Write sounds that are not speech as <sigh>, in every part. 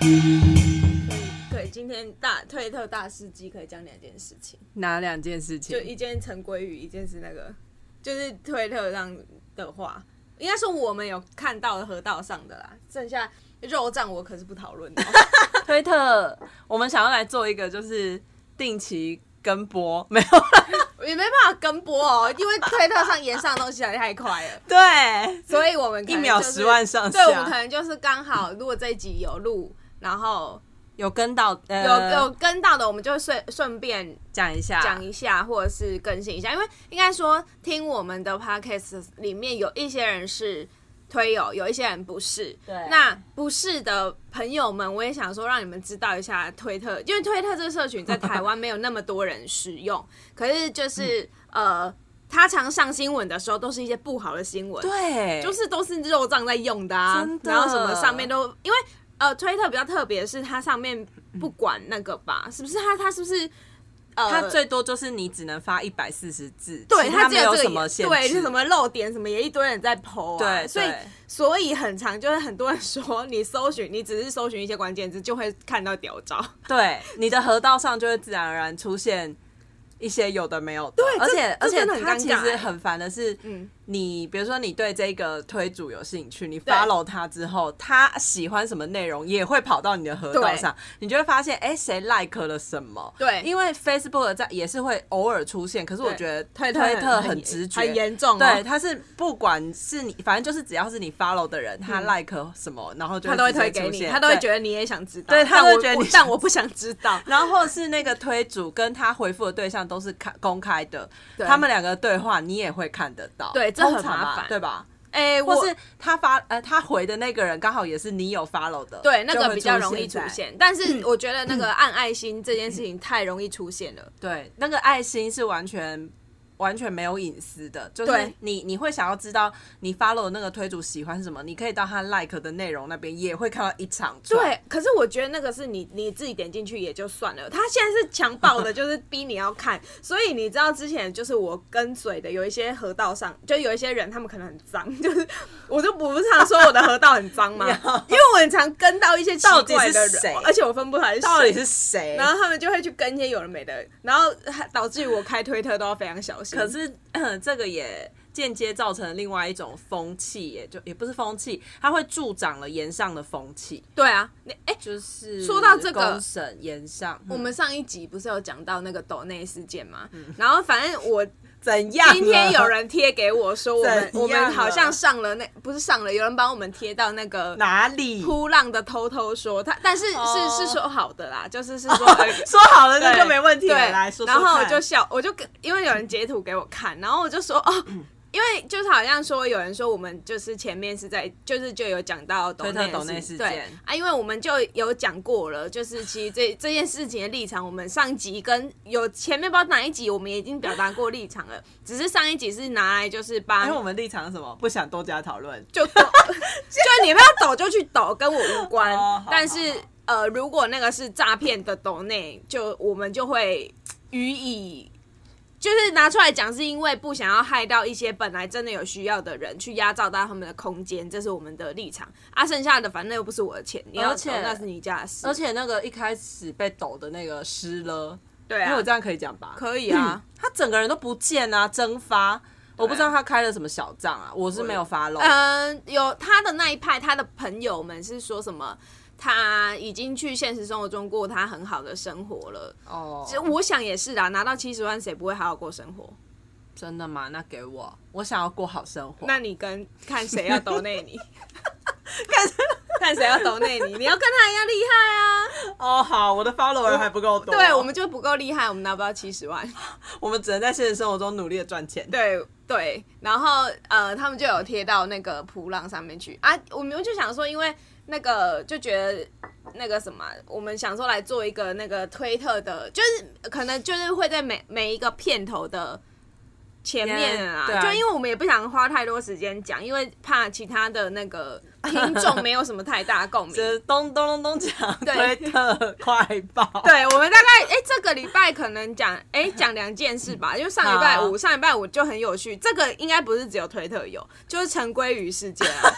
所以可以今天大推特大事机可以讲两件事情，哪两件事情就？一件陈归宇，一件是那个就是推特上的话，应该说我们有看到的河道上的啦，剩下肉账我可是不讨论的哦。推特，我们想要来做一个就是定期跟播，没有哦也没办法跟播哦，因为推特上延上的东西来得太快了，对，所以我们可一能秒就是十万上对，我们可下，能就是刚好，如果这一集有录，然后有跟到有、呃有跟到的，我们就顺顺便讲一下，讲一下，或者是更新一下，因为应该说听我们的 podcast 里面有一些人是推友，有一些人不是。对那不是的朋友们，我也想说让你们知道一下推特，因为推特这个社群在台湾没有那么多人使用， <laughs> 可是就是、嗯呃，它常上新闻的时候都是一些不好的新闻，对，就是都是肉账在用的啊，真的然后什么上面都因为呃，推特比较特别的是它上面不管那个吧，是不是它它是不是呃，它最多就是你只能发一百四十字，对它只没有这什个么限对，制，是什么漏点什么也一堆人在剖啊，对，所以对所以很常就是很多人说你搜寻，你只是搜寻一些关键字就会看到屌照，对，你的河道上就会自然而然出现一些有的没有的。对而这且而这且真的很它尴其尬实欸很烦的是，嗯你比如说你对这个推主有兴趣，你 follow 他之后，他喜欢什么内容也会跑到你的河道对上，你就会发现，哎，谁 like 了什么？对因为 Facebook 在也是会偶尔出现，可是我对觉得推特推很特很很严直觉，很严重哦对，它是不管是你，反正就是只要是你 follow 的人，他 like 什么，然后就嗯他都会直接推给出你，现他都会对觉得你也想知道，对他但都会我觉得我你但想我不想知 <laughs> 道，然后是那个推主跟他回复的对象都是看公开的，对他们两个对话你也会看得到，对这很通常嘛麻烦对吧？哎、我或是他发呃他回的那个人刚好也是你有 follow 的，对，那就个会比较容易出在。现，但 <clears throat> 是我觉得那个按爱心这件事情太容易出现了。对，那个爱心是完全完全没有隐私的，就是对你你会想要知道你 follow 的那个推主喜欢什么，你可以到他 like 的内容那边也会看到一长串。对，可是我觉得那个是你你自己点进去也就算了，他现在是强暴的，就是逼你要看， <laughs> 所以你知道之前就是我跟随的有一些河道上，就有一些人他们可能很脏， <laughs> 就是我就不是常说我的河道很 <laughs> 脏吗？因为我很常跟到一些奇到底怪是的谁人，而且我分不出来是到谁底是谁？然后他们就会去跟一些有的没的，然后还导致于我开推特都要非常小心。可是 <clears throat> 这个也间接造成另外一种风气，也就也不是风气，它会助长了延上的风气，对啊，你哎、就是说到这个公审延上，我嗯们上一集不是有讲到那个抖内事件吗？然后反正我怎样了？今天有人贴给我说，我们怎样我了们好像上了那不是上了，有人帮我们贴到那个哪里扑浪的偷偷说他，但是是、哦是说好的啦，就是是 <laughs> 说。 <laughs> 呃说好了，那对就没问题了。对来说说然看，后我就笑，我就跟因为有人截图给我看，然后我就说哦，嗯因为就是好像说有人说我们就是前面是在就是就有讲到抖推特内抖内事件对啊，因为我们就有讲过了，就是其实这这件事情的立场，我们上集跟有前面不知道哪一集我们已经表达过立场了，只是上一集是拿来就是帮哎因为我们立场是什么，不想多加讨论。就抖， <laughs> 就你们要抖就去抖，跟我无关哦好。但是好好呃，如果那个是诈骗的抖内，就我们就会予以。就是拿出来讲，是因为不想要害到一些本来真的有需要的人，去压榨到他们的空间，这是我们的立场。啊，剩下的反正又不是我的钱，你要而且抖那是你家的事。而且那个一开始被抖的那个湿了，对因为啊我，这样可以讲吧？可以啊。他整个人都不见啊，蒸发。我不知道他开了什么小账啊，我是没有发漏。 <laughs> 嗯，有他的那一派，他的朋友们是说什么？他已经去现实生活中过他很好的生活了，哦，其实我想也是啦，拿到七十万谁不会好好过生活？真的吗？那给我，我想要过好生活。那你跟看谁要抖内你，看谁要抖内你，你要跟他一样厉害啊！哦，好，我的 follower 还不够多。对，我们就不够厉害，我们拿不到七十万。我们只能在现实生活中努力的赚钱。对对，然后呃，他们就有贴到那个普浪上面去啊。我们就想说，因为那个就觉得那个什么，我们想说来做一个那个推特的，就是可能就是会在每每一个片头的。前面啊，对啊就因为我们也不想花太多时间讲，因为怕其他的那个听众没有什么太大共鸣。这咚咚咚咚讲推对特快报，对，我们大概哎、这个礼拜可能讲哎讲两件事 <laughs> 吧，因为上礼拜好啊五，上礼拜五就很有趣。这个应该不是只有推特有，就是陈鲑鱼事件 <laughs> 啊。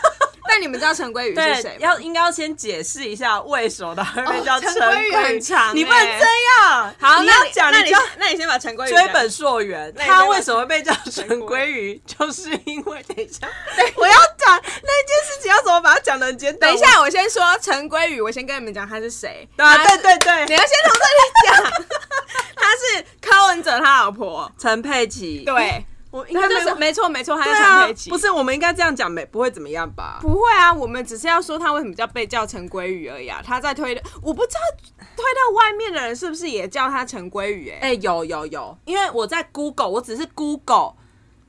但你们知道陈鲑鱼是谁对，吗？要应该要先解释一下为什么它会被叫哦陈鲑规矩很长你不能欸这样。好，你那要讲，那你你就先 <laughs> 那你先把陈鲑鱼追讲本溯源，那你再它把为什么被叫陈鲑鱼，就是因为等一下，我要讲那件事情要怎么把它讲的简短。等一，下，我先说陈鲑宇，我先跟你们讲他是谁。对啊，他对是，对对，你要先从这里 <laughs> 讲，他是柯文哲他老婆，陈佩琪，对，我应他该就没是有。没错没错，他对是陈啊佩琪，，不是，我们应该这样讲，没不会怎么样吧？不会啊，我们只是要说他为什么叫被叫陈鲑宇而已啊。他在推的，我不知道推到外面的人是不是也叫他陈鲑宇、欸？哎、有有有，因为我在 Google，我只是 Google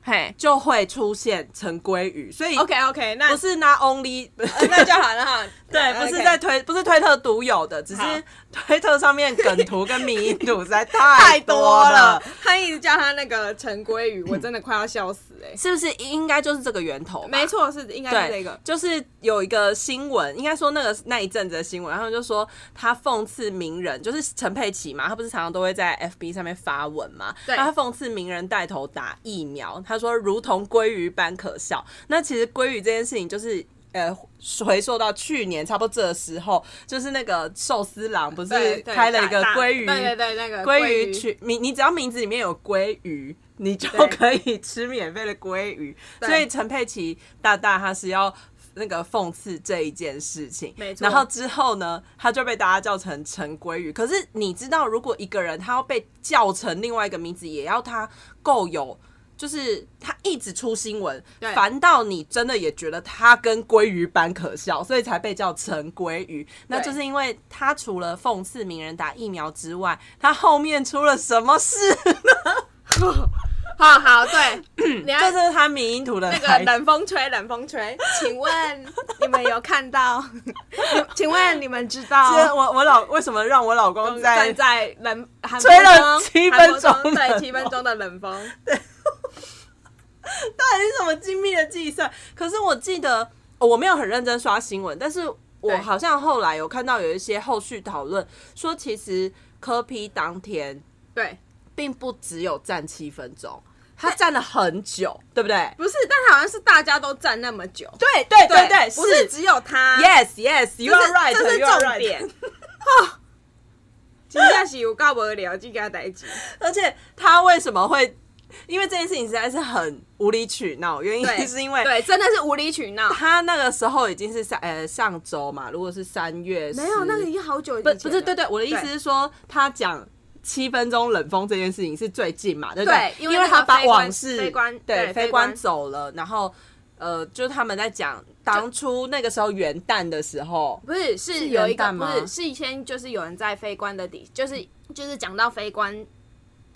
哎，就会出现陈鲑鱼，所以嘿，OK OK，那不是 not <laughs> only，、呃那就好了哈。 <laughs> 对，不是在 OK 推，不是推特独有的，只是好推特上面梗图跟迷因图实 <laughs> 在太太多多了了，，他一直叫他那个陈鲑宇，我真的快要笑死哎、是不是应该就是这个源头吧？没错，是应该是这对，个。就是有一个新闻，应该说那个那一阵子的新闻，然后就说他讽刺名人，就是陈佩琪嘛，他不是常常都会在 FB 上面发文嘛，对那他讽刺名人带头打疫苗，他说如同鲑鱼般可笑。那其实鲑鱼这件事情就是。呃，回溯到去年差不多这个时候，就是那个寿司郎不是对对开了一个大大鲑鱼对对对，那个鲑鱼群，你你只要名字里面有鲑鱼，你就对可以吃免费的鲑鱼。对所以陈佩琪大大他是要那个讽刺这一件事情，没错然后之后呢，他就被大家叫成陈鲑鱼。可是你知道，如果一个人他要被叫成另外一个名字，也要他够有。就是他一直出新闻，对烦到你真的也觉得他跟鲑鱼般可笑，所以才被叫陈鲑鱼。那对就是因为他除了讽刺名人打疫苗之外，他后面出了什么事？好好对，你要 <laughs> 这嗯就是他迷因图的那来个源冷风吹，冷风吹。请问你们有看到？ <laughs> 请问你们知就是道我我老为什么让我老公嗯在站在冷韩吹了国中七韩分国钟中冷对风七分钟的冷风，到底是什么精密的计算？可是我记得哦我没有很认真刷新闻，但是我对好像后来有看到有一些后续讨论说，其实科批当天对，并不只有站七分钟，他站了很久，对不对？不是，但好像是大家都站那么久，对对不是只有他 Yes, yes, you 这 are 是 right. 这是 you are 重 right <laughs> 点。真正是有够无聊，这件代志。而且他为什么会？因为这件事情实在是很无理取闹，原因对， <laughs> 是因为对，真的是无理取闹。 <laughs> 他那个时候已经是三呃上周嘛，如果是三月没有， 10那个已经好久以不前了。不是对对，我的意思对是说他讲。七分钟冷风这件事情是最近嘛，对不对因因为那个他把非官往事非官对对非非官官走了，然后呃，就是他们在讲当初那个时候元旦的时候，不是，是元有一个旦不吗是事先就是有人在非官的底，就是就是讲到非官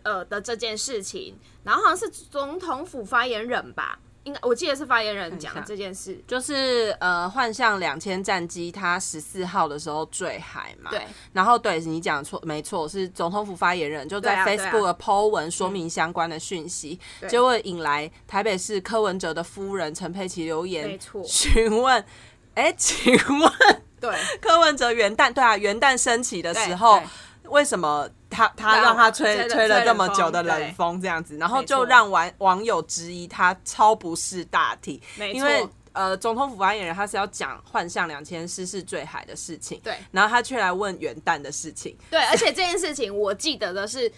呃的这件事情，然后好像是总统府发言人吧，应该我记得是发言人看讲一下这件事。就是呃幻象两千战机它十四号的时候坠海嘛，对，然后对你讲错，没错，是总统府发言人就在对啊对啊嗯 Facebook 的 Po 文说明相关的讯息，对结果引来台北市柯文哲的夫人陈佩琪留言，没错询问，哎，请问对柯文哲元旦对啊，元旦升旗的时候对，为什么他他让让他吹吹了吹了吹这冷么久风的冷对风这样子，然后没就错让网网友质疑他超不识大体，没因为错呃，总统府发言人他是要讲幻象两千失事坠海的事情，对然后他却来问元旦的事情，对，而且这件事情我记得的是。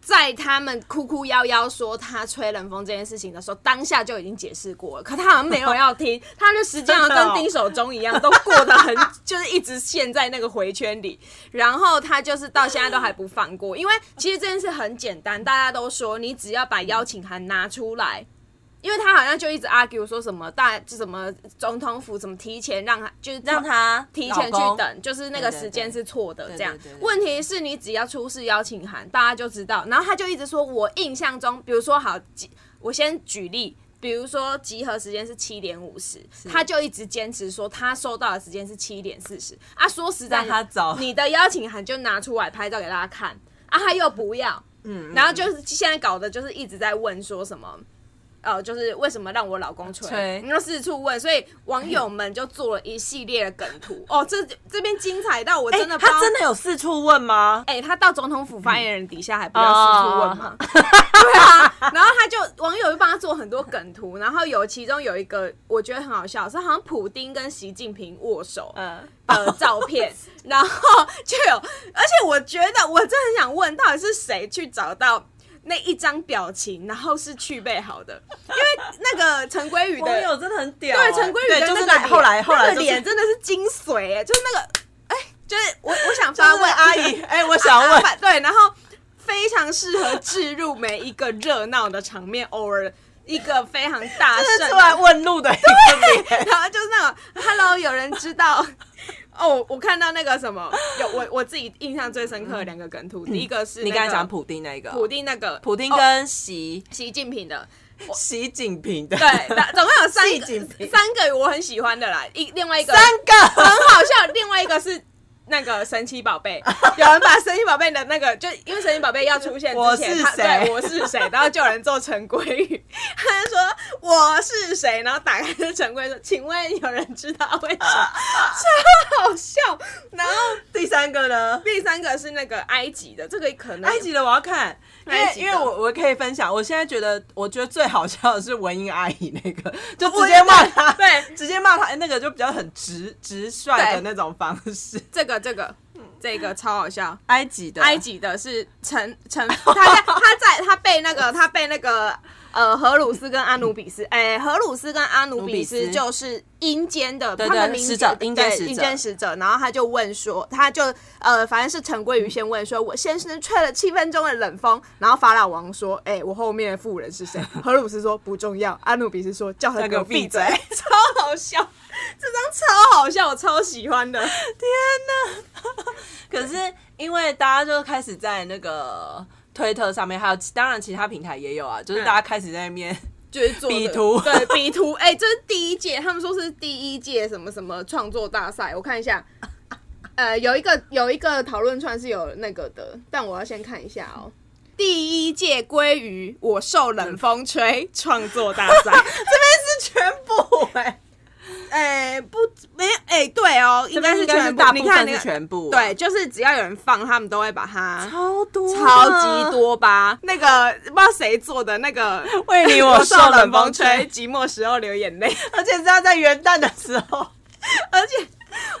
在他们哭哭夭夭说他吹冷风这件事情的时候，当下就已经解释过了，可他好像没有要 <laughs> 听，他的时间好像真的哦跟丁守中一样，都过得很，就是一直陷在那个回圈里。然后他就是到现在都还不放过，因为其实这件事很简单，大家都说你只要把邀请函拿出来，因为他好像就一直 argue 说什么大什么总统府怎么提前让他就是让他提前去老公等，就是那对个对时对间是错的对这样对对对。问题是你只要出示邀请函，大家就知道。然后他就一直说，我印象中，比如说好，集我先举例。比如说集合时间是七点五十，他就一直坚持说他收到的时间是七点四十啊。说实在让他的，早你的邀请函就拿出来拍照给大家看啊，他又不要，嗯，然后就是现在搞的就是一直在问说什么。呃，就是为什么让我老公吹？吹然后四处问，所以网友们就做了一系列的梗图。哦，这这边精彩到我哎、真的不知道他真的有四处问吗？哎、他到总统府发言人底下还不要四处问哦吗？ <laughs> 对啊，然后他就网友就帮他做很多梗图，然后有其中有一个我觉得很好笑，是好像普丁跟习近平握手嗯，的照 <laughs> 片，然后就有，而且我觉得我真的很想问，到底是谁去找到？那一张表情，然后是去备好的，因为那个陈归宇网的友真的很屌、欸对，陈规桂宇的就那是个来脸后来后那来就个是脸真的是精髓哎、就是那个哎、就是我我想就是发问阿姨，哎、我想问，啊 <laughs> 对，然后非常适合置入每一个热闹的场面，偶尔一个非常大这声是出来的，问路的一个脸，然后就是那种 “hello”，有人知道。 <laughs> 哦，我看到那个什么，有我我自己印象最深刻的两个梗图，第一个是、那个嗯你刚才讲普丁哦那个，哦普丁那个普丁哦跟习、习近平的，习近平 <laughs> 的，对，那总共有三习近个平三个我很喜欢的啦，一另外一个三个很好笑。另外一个是那个神奇宝 <laughs> 贝，有人把神奇宝贝的那个，就因为神奇宝贝要出现之前，我是他谁对我是谁，然后就有人做陈规语，他就说我是谁，然后打开是陈规说，请问有人知道为什么？ <laughs> 超好笑。然后 <laughs> 第三个呢？第三个是那个埃及的，这个可能埃及的我要看，因为埃及的因为我我可以分享，我现在觉得我觉得最好笑的是文英阿姨那 <laughs> 个，就我直接骂她，对直接骂她，那个就比较很直直率的那种方式。这个这个这个超好笑。埃及的埃及的是陈陈，他在他在他被那个他被那个呃荷鲁斯跟阿努比斯，哎、荷鲁斯跟阿努比努比斯斯就是阴间的对他们对民使者阴间对使者阴间使者，然后他就问说，他就呃反正是陈桂鱼先问说，我先是吹了七分钟的冷风，然后法老王说，哎、我后面的妇人是谁？ <laughs> 荷鲁斯说不重要，阿努比斯说叫他那给个我闭闭 <laughs> 嘴嘴，超好笑， <laughs> 这张超好笑，我超喜欢的。可是因为大家就开始在那个推特上面，还有其当然其他平台也有啊，就是大家开始在那边、 <laughs> 就是做的比图对比图， <laughs> 哎、这是第一届，他们说是第一届什么什么创作大赛，我看一下，呃，有一个有一个讨论串是有那个的，但我要先看一下哦。第一届鲑鱼，我受冷风吹创作大 <laughs> 赛，是全部哎、 <laughs> 哎、不没哎、对哦，应这该边是应该全是部大你部看分你是看全部，对，，就是只要有人放，他们都会把它超多的超级，多吧。那个不知道谁做的那个，为你我受冷风吹，寂寞时候流眼泪。 <laughs> 而且是要在元旦的时 <laughs> 候。而且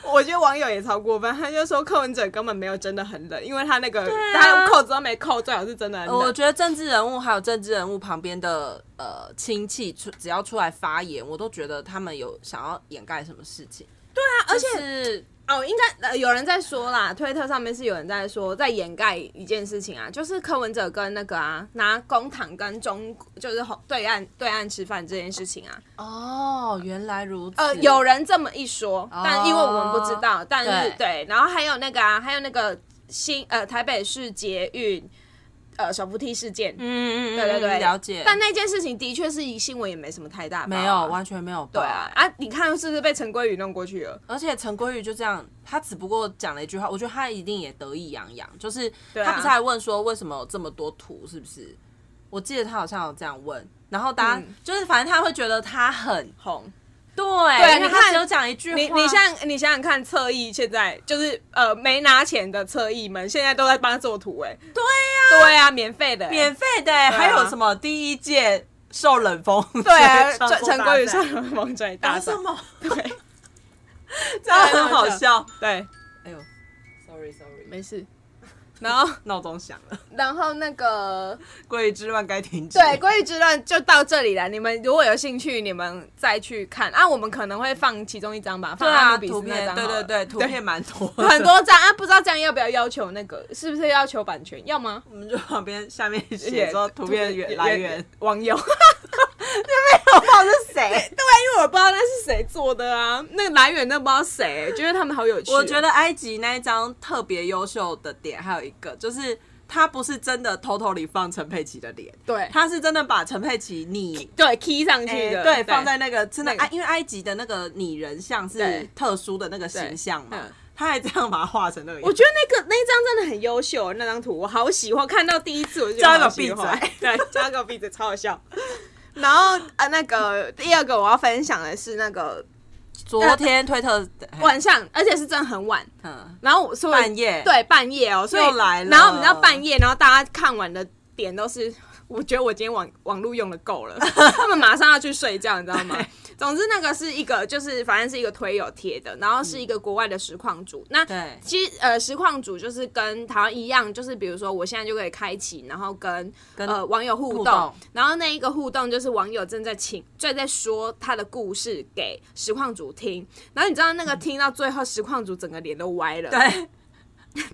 我觉得网友也超过分，他就说柯文哲根本没有真的很冷，因为他那个、啊他扣子都没扣，最好是真的很呃我冷。觉得政治人物还有政治人物旁边的呃亲戚出，只要出来发言，我都觉得他们有想要掩盖什么事情。对啊，而且、哦，应该、呃有人在说啦，推特上面是有人在说，在掩盖一件事情啊，就是柯文哲跟那个啊拿公堂跟中就是红对岸对岸吃饭这件事情啊，哦，原来如此。呃，有人这么一说，哦但因为我们不知道，但是对对，然后还有那个啊，还有那个新呃台北市捷运呃手扶梯事件，嗯嗯，嗯嗯，对对对，了解。但那件事情的确是新闻也没什么太大、啊，没有，完全没有对报啊，啊，你看是不是被陈归宇弄过去了？而且陈规宇就这样，他只不过讲了一句话，我觉得他一定也得意洋洋，就是对啊他不是还问说为什么有这么多图，是不是？我记得他好像有这样问，然后大家、嗯就是反正他会觉得他很红，对，对啊因为你他看只有讲一句 <laughs> 话，你你像你想想看，侧翼现在就是呃没拿钱的侧翼们，现在都在帮他做图、哎，对呀、对啊，免费的、哎免费的、欸还有什么第一届受冷风对啊，创作陈陈大归宇赛上了王转大搞赛什， <laughs> 么？对 <laughs> 这样很 <laughs> 好笑。对，哎呦，sorry sorry，没 <laughs> 事。然后闹钟响了， <laughs> 然后那个归于之乱该停止。对，关于之乱就到这里了。你们如果有兴趣，你们再去看啊。我们可能会放其中一张吧，对放阿啊，努比斯图那片张好对了。对对，图片蛮多 <laughs> <laughs> 的很多张啊，不知道这样要不要要求那个，是不是要求版权？要吗？我们就旁边下面写说图片源也来源，网友，<laughs> <laughs> 我不知道是谁。对，因为我不知道那是谁做的啊，那个来源那不知道谁，觉得他们好有趣哦、 <laughs> 我觉得埃及那一张特别优秀的点还有一个就是。他不是真的偷偷里放陈佩琪的脸，对他是真的把陈佩琪拟对 key 上去哎的，对，放在那个真的那个埃，因为埃及的那个拟人像是对特殊的那个形象嘛对嗯，他还这样把它画成那个样我觉得那个那一张真的很优秀，那张图我好喜欢，看到第一次我就觉叫得他好给喜我欢闭嘴对，叫他给我闭嘴，超好笑。然后啊，那个第二个我要分享的是那个昨天推特晚上，而且是真的很晚，嗯，然后我所以半夜对半夜哦，所以又来了然后你知道半夜，然后大家看完的点都是， <laughs> 我觉得我今天网网络用的够 <laughs> 了，他们马上要去睡觉，你知道吗？总之那个是一个就是反正是一个推友贴的，然后是一个国外的实况组，那对其实呃实况组就是跟台湾一样，就是比如说我现在就可以开启，然后跟跟呃网友互动，互动然后那一个互动就是网友正在请正在说他的故事给实况组听，然后你知道那个听到最后实况组整个脸都歪了，对，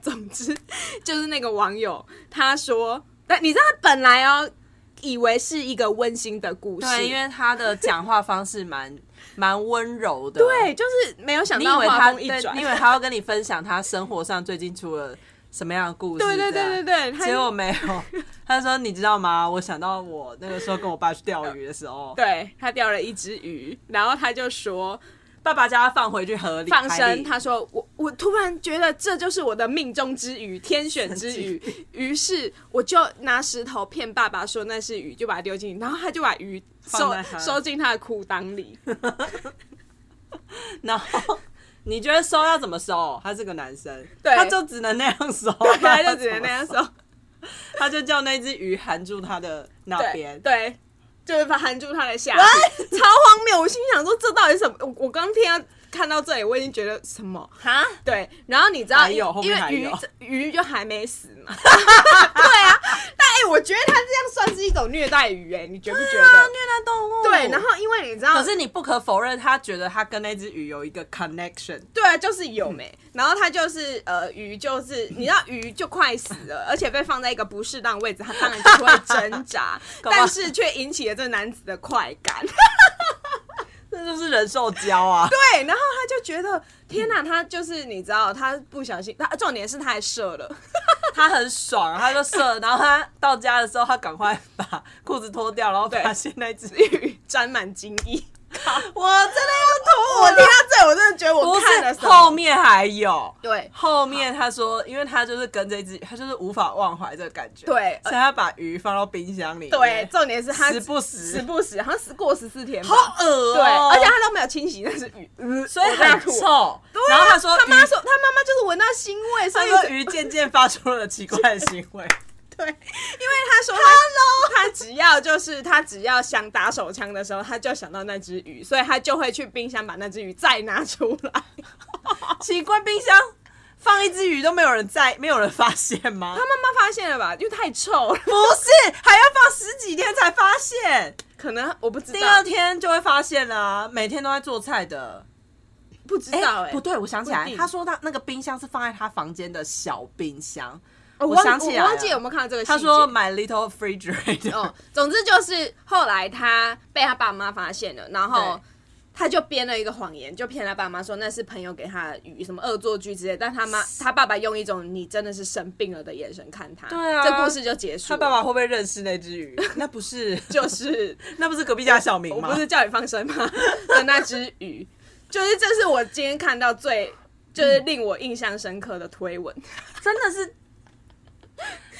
总之就是那个网友他说，但你知道他本来哦以为是一个温馨的故事，对，因为他的讲话方式蛮蛮温柔的，对，就是没有想你到以为画他风一对转，你以为他要跟你分享他生活上最近出了什么样的故 <laughs> 事？对对这样对对对他结果没有。他说：“你知道吗？我想到我那个时候跟我爸去钓鱼的时候，对他钓了一只鱼，然后他就说。爸爸叫他放回去河里放海生，里他说我我突然觉得这就是我的命中之鱼，天选之鱼。 <laughs> 于是我就拿石头骗爸爸说那是鱼，就把它丢进去，然后他就把鱼放收在他收进他的裤裆里。然后你觉得收要怎么收？他是个男生，对他就只能那样收，对，他不然就只能那样怎收么，收，他就叫那只鱼含住他的那对边。对，就是把含住他的下体，超荒谬。我心想说这到底什么？我我刚听到看到这里，我已经觉得什么？哈，对，然后你知道，还因有后因面还为鱼有鱼就还没死嘛， <laughs> 对啊。但哎、我觉得他这样算是一种虐待鱼、哎，你觉不觉对啊，得？虐待动物。对，然后因为你知道，可是你不可否认，他觉得他跟那只鱼有一个 connection。对啊，就是有没、然后他就是呃鱼，就是你知道鱼就快死了，而且被放在一个不适当位置，他当然就会挣 <laughs> 扎，搞不好但是却引起了这男子的快感。那就是人兽 <laughs> 交啊！对，然后他就觉得天哪，他就是你知道，他不小心，他重点是他还射了，他很爽，他就射，然后他到家的时候，他赶快把裤子脱掉，然后发现那只鱼，鱼沾满精液。 <laughs> 我真的 <laughs> 我要听吐了。到这，我真的觉得我不看了是什后么？面还有，对后面他说，因为他就是跟这只，他就是无法忘怀这个感觉，对所以他把鱼放到冰箱里面，对，重点是他时不时时不时，好像是过十四天吧。好恶哦、对，而且他都没有清洗那只鱼，呃所以我真的很要吐臭。对啊然后他说，他妈说，他妈妈就是闻到腥味，所他以说鱼渐渐发出了奇怪的行 <laughs> 为，对，因为他说 Hello，他只要就是他只要想打手枪的时候，他就想到那只鱼，所以他就会去冰箱把那只鱼再拿出来。 <laughs> 奇怪，冰箱放一只鱼都没有人在，没有人发现吗？他妈妈发现了吧？因为太臭了，不是，还要放十几天才发现，可能我不知第二道，天就会发现了、啊。每天都在做菜的，不知道哎、不对，我想起不一来，定他说他那个冰箱是放在他房间的小冰箱，哦，我忘想起来我了忘记有没有看到这个细节。他说 my little refrigerator，、哦，总之就是后来他被他爸妈发现了，然后对他就编了一个谎言，就骗他爸妈说那是朋友给他的鱼，什么恶作剧之类。但他妈他爸爸用一种你真的是生病了的眼神看他，对啊这故事就结束他了。爸爸会不会认识那只 <laughs> 鱼？那不是，就是 <laughs> 那不是隔壁家小明我吗？不是 <laughs> 叫你放生吗？的那只鱼，就是这是我今天看到最。就是令我印象深刻的推文，真的是， <laughs>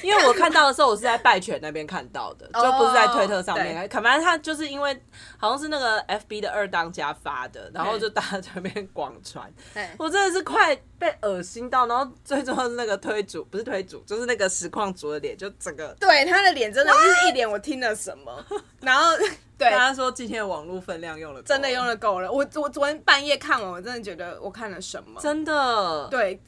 因为我看到的时候，我是在拜犬那边看到哦的，就不是在推特上面。可反正他就是因为好像是那个 FB 的二当家发的，然后就大家在那边广传。我真的是快被恶心到，然后最终那个推主不是推主，就是那个实况主的脸就整个。对他的脸真的就是一脸我听了什么，然 <laughs> 后对跟他说今天的网络分量用了够，真的用了够了。我我昨天半夜看完，我真的觉得我看了什么。真的。对，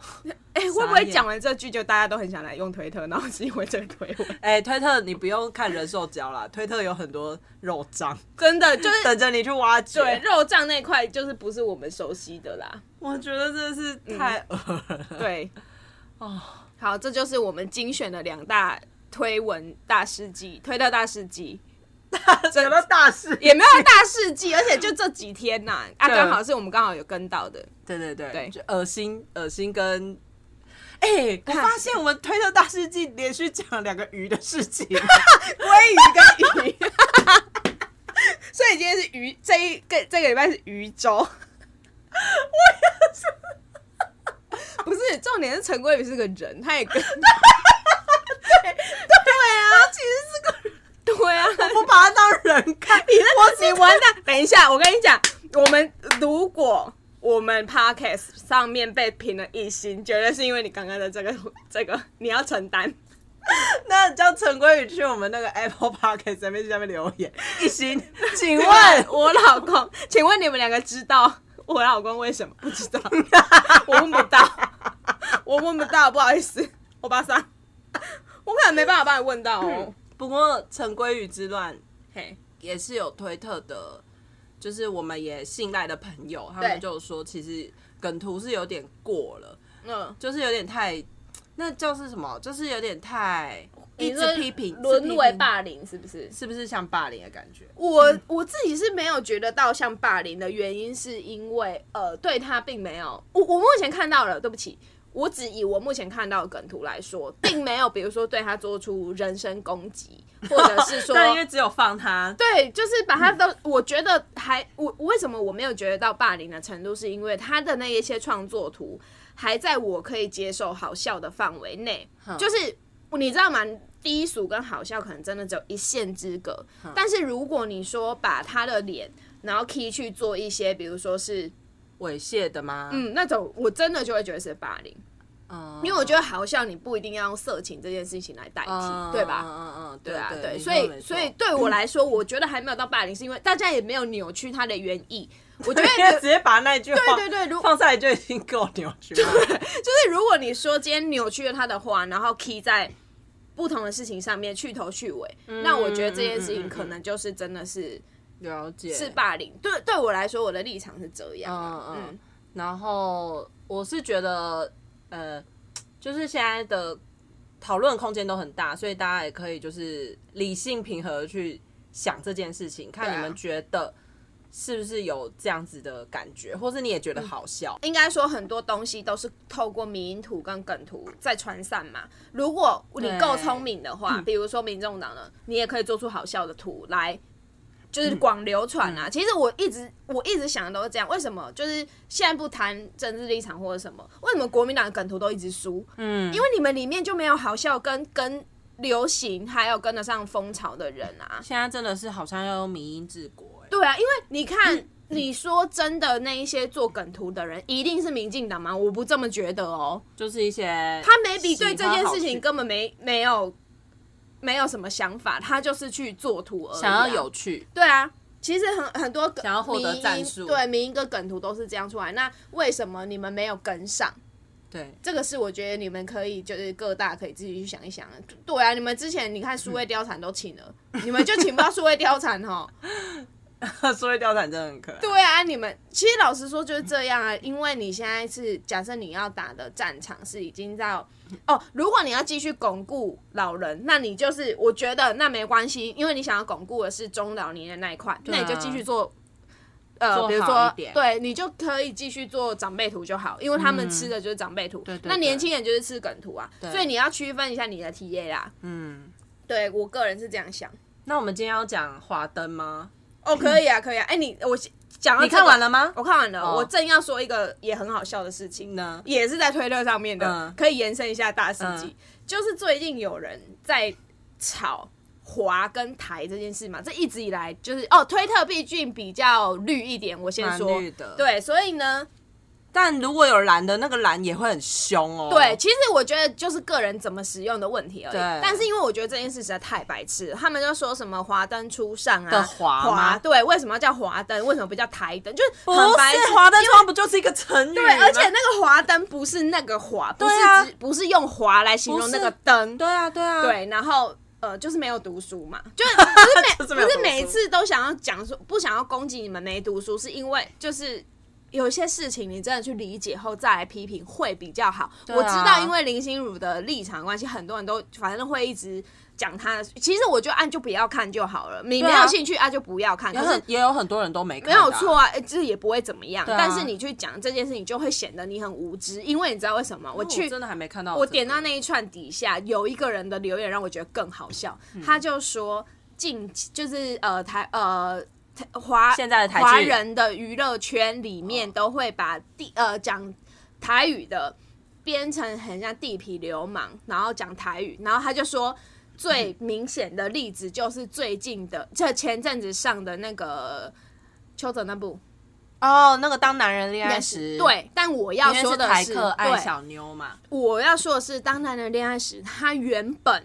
<laughs> 哎、眼会不会讲完这句就大家都很想来用推特，然后是因为这个推 <laughs> 文？哎、推特你不用看人兽交啦，推特有很多肉章真的就是等着你去挖掘。对，肉酱那块，就是不是我们熟悉的啦。我觉得真的是嗯太恶了。 <laughs> 对，哦，好，这就是我们精选的两大推文大事记，推特大事记。整个大事也没有大事记，而且就这几天呐、啊，对刚好是我们刚好有跟到的。对对对，对就恶心恶心跟。哎、我看发现我们推特大事记连续讲了两个鱼的事情， <laughs> 鲑鱼跟鱼，所以今天是鱼，这一个这个礼拜是鱼周。是重点是陈桂宇是个人，他也 <laughs> 跟啊对啊， <laughs> 不把他当人看，我你完蛋！等一下，我跟你讲，我们如果我们 podcast 上面被评了一星，绝对是因为你刚刚的这个这个，你要承担。 <laughs> 那叫陈归宇去我们那个 Apple Podcast 上面去下面留言，一星，请问问 <laughs> <laughs> 我老公，请问你们两个知道 <laughs> 我老公为什么不知道？ <laughs> 我问不到， <laughs> 我问不到，不好意思，我巴桑， <laughs> 我可能没办法帮你问到哦。不过陈归宇之乱嘿，也是有推特的，就是我们也信赖的朋友，他们对就有说其实梗图是有点过了，嗯，就是有点太，那叫是什么？就是有点太一你说直批评，沦为霸，霸凌，是不是？嗯是不是像霸凌的感觉？我我自己是没有觉得到像霸凌的原因，是因为呃，对他并没有，我我目前看到了，对不起，我只以我目前看到的梗图来说，并没有，比如说对他做出人身攻击，或者是 <laughs> 说，但因为只有放他，对，就是把他都，我觉得还我我为什么我没有觉得到霸凌的程度，是因为他的那一些创作图还在我可以接受好笑的范围内，就是你知道吗？低俗跟好笑可能真的只有一线之隔，但是如果你说把他的脸。然后 key 去做一些，比如说是猥亵的吗？嗯，嗯那种，我真的就会觉得是霸凌，因为我觉得好笑，你不一定要用色情这件事情来代替，对吧？嗯嗯嗯，对对啊，对，对，你所说得以没错所以对我来说，我觉得还没有到霸凌，是因为大家也没有扭曲它的原意。我 <laughs> 觉得因为直接把那一句话对对对如放下来就已经够扭曲 <laughs> 了。就是如果你说今天扭曲了他的话，然后 key 在不同的事情上面去头去尾，嗯那我觉得这件事情可能就是真的是了解是？霸凌。对对我来说，我的立场是这样啊。嗯嗯。然后我是觉得，呃，就是现在的讨论空间都很大，所以大家也可以就是理性平和地去想这件事情，看对啊你们觉得是不是有这样子的感觉，或是你也觉嗯得好笑。应该说很多东西都是透过迷因图跟梗图在传散嘛。如果你够聪明的话，比如说民众党呢，你也可以做出好笑的图来，就是广流传啊。其实我一直我一直想的都是这样，为什么就是现在不谈政治立场或者什么，为什么国民党的梗图都一直输？嗯，因为你们里面就没有好笑跟跟流行还有跟得上风潮的人啊。现在真的是好像要用民音治国、欸，对啊，因为你看，你说真的，那一些做梗图的人，一定是民进党吗？我不这么觉得哦。就是一些他 maybe 对这件事喜欢好趣情根本没没有没有什么想法，他就是去做图而已啊、想要有趣， <laughs> 对啊。其实很很多梗想要获得迷因战术对迷音跟梗图都是这样出来。那为什么你们没有跟上？对，这个是我觉得你们可以就是各大可以自己去想一想的。对啊，你们之前你看数位貂蝉都请了，你们就请不到数位貂蝉哦哈。所以貂蝉真的很可爱。对啊，你们其实老实说就是这样啊，因为你现在是假设你要打的战场是已经在哦，如果你要继续巩固老人，那你就是我觉得那没关系，因为你想要巩固的是中老年人那一块，那你就继续做。啊做呃，好比如说一，点对你就可以继续做长辈图就好，因为他们吃的就是长辈图，嗯对对那对年轻人就是吃梗图啊，所以你要区分一下你的 TA 啦。嗯，对我个人是这样想。那我们今天要讲华灯吗？哦，可以啊，可以啊。哎、你我讲到你这看个完了吗我看完了，啊哦我正要说一个也很好笑的事情，呢？也是在推特上面的，嗯可以延伸一下大事记。嗯就是最近有人在吵华跟台这件事嘛，这一直以来就是哦，推特毕竟比较绿一点，我先蛮说绿的对，所以呢，但如果有蓝的，那个蓝也会很凶哦。对，，其实我觉得就是个人怎么使用的问题而已。对但是因为我觉得这件事实在太白痴了，他们就说什么华灯初上啊，的华华吗对，为什么要叫华灯？为什么不叫台灯？就是不很白痴是。华灯初上不就是一个成语吗？对，而且那个华灯不是那个华，不是对啊指不是用华来形容那个灯，对啊，对啊，，对，然后。呃，就是没有读书嘛， <laughs> 就不是每不就是没有读是每一书次都想要讲说不想要攻击你们没读书，是因为就是有一些事情你真的去理解后再来批评会比较好。啊我知道，因为林心如的立场关系，很多人都反正会一直讲她。其实我就按就不要看就好了，你对没啊有兴趣按、就不要看。也可是很也有很多人都没看没到哦有错，啊，呃这也不会怎么样。啊但是你去讲这件事情，就会显得你很无知，因为你知道为什么吗？我我去哦真的还没看到这个。我点到那一串底下有一个人的留言让我觉得更好笑，嗯他就说近期就是呃台呃。台华现在的台剧华哦人的娱乐圈里面都会把地呃讲台语的编成很像地痞流氓，然后讲台语，然后他就说。最明显的例子就是最近嗯的，这前阵子上的那个邱泽那部，哎哦，那个当男人恋爱时，，对。但我要因为说是的台是，客爱对，小妞嘛，我要说的是，当男人恋爱时，他原本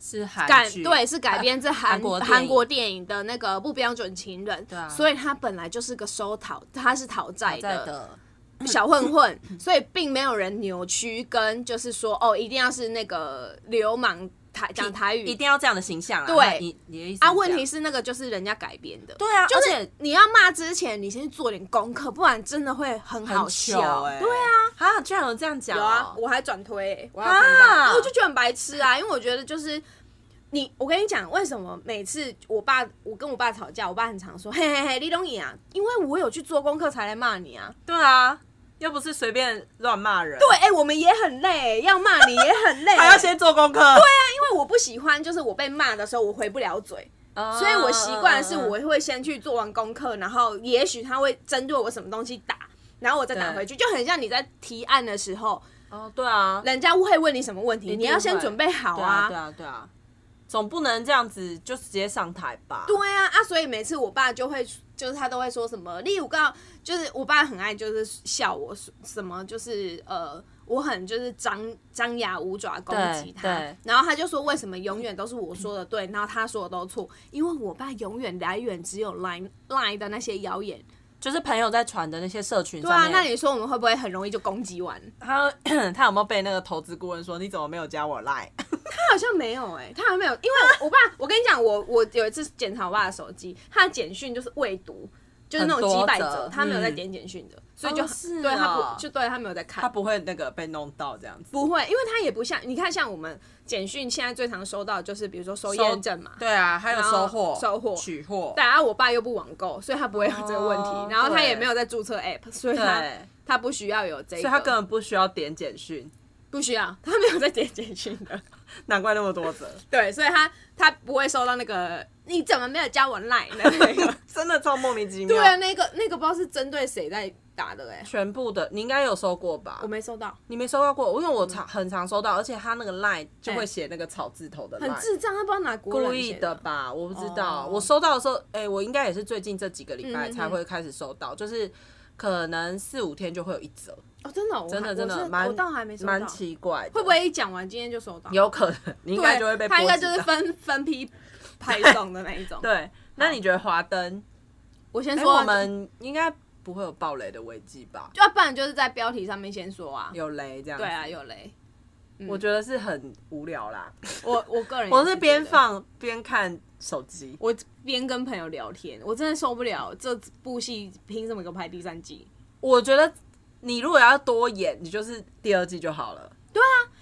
是韩改剧，呃对是改编自韩韩国电影韩国电影的那个不标准情人，对啊所以他本来就是个收讨，他是讨债在的的，小混混，所以并没有人扭曲跟就是说哦，一定要是那个流氓台讲台语一定要这样的形象啊。对你你的意思啊，是这问样题是那个就是人家改编的，对啊，就而是且你要骂之前，你先去做点功课，不然真的会很好很糗笑。哎，对啊，啊，居然有这样讲有啊哦，，我还转推、欸，我还有啊看到，然后我就觉得很白痴啊，因为我觉得就是你，我跟你讲，为什么每次我爸我跟我爸吵架，我爸很常说，嘿嘿嘿，李东颖啊，因为我有去做功课才来骂你啊。对啊，又不是随便乱骂人，对，，哎、我们也很累，要骂你也很累， <laughs> 还要先做功课，对因为我不喜欢，就是我被骂的时候我回不了嘴。啊所以我习惯是嗯我会先去做完功课，然后也许他会针对我什么东西打，然后我再打对回去，就很像你在提案的时候，哦，对啊，人家会问你什么问题，一定你要先会准备好对啊，对啊，对啊，总不能这样子就直接上台吧？对啊，啊，所以每次我爸就会，就是他都会说什么，例如刚就是我爸很爱就是笑我说什么，就是呃，我很就是张张牙舞爪攻击对他对，然后他就说为什么永远都是我说的对，然后他说的都错，因为我爸永远来源只有 line line 的那些谣言。就是朋友在传的那些社群对啊上，面，那你说我们会不会很容易就攻击完？他他有没有被那个投资顾问说你怎么没有加我 line？他好像没有哎、他好像没有，因为我我爸，我跟你讲，我我有一次检查我爸的手机，他的简讯就是未读，就是那种很多几百则则，他没有在嗯点简讯的，所以就、哦是对他哦不就对他没有在看，他不会那个被弄到这样子，不会，因为他也不像你看，像我们简讯现在最常收到的就是比如说收收验证嘛，对啊，还有然后收获、收获取货，对啊，我爸又不网购，所以他不会有这个问题，哦然后他对也没有在注册 app，所以他对，他不需要有这个，所以他根本不需要点简讯，不需要， <laughs> 他没有在点简讯的。难怪那么多折，。对，所以他他不会收到那个你怎么没有加我 line 的那个真的超莫名其妙。对啊，，那个那个不知道是针对谁在打的哎、全部的你应该有收过吧我？没收到，你没收到过，因为我常很常收到，而且他那个 line 就会哎写那个草字头的 line，很智障，他不知道哪国人故意写的。吧？我不知道。哦我收到的时候，哎、我应该也是最近这几个礼嗯拜嗯嗯才会开始收到，就是可能四五天就会有一则，哦，真的哦，我真的还真我的是蛮我倒还没收到，蛮会奇怪的。不会一讲完今天就收到？有可能？你应对，该就会被他应该波及就是到 <laughs> 分分批派送的那一种。对。那你觉得华灯？我先哎、说我们应该不会有暴雷的危机吧？要不然就是在标题上面先说啊。有雷这样？对啊，，有雷。我觉得是很无聊啦。我我个人也我是觉边得放边看手机。我边跟朋友聊天，我真的受不了这部戏凭什么给我拍第三季？我觉得你如果要多演，你就是第二季就好了。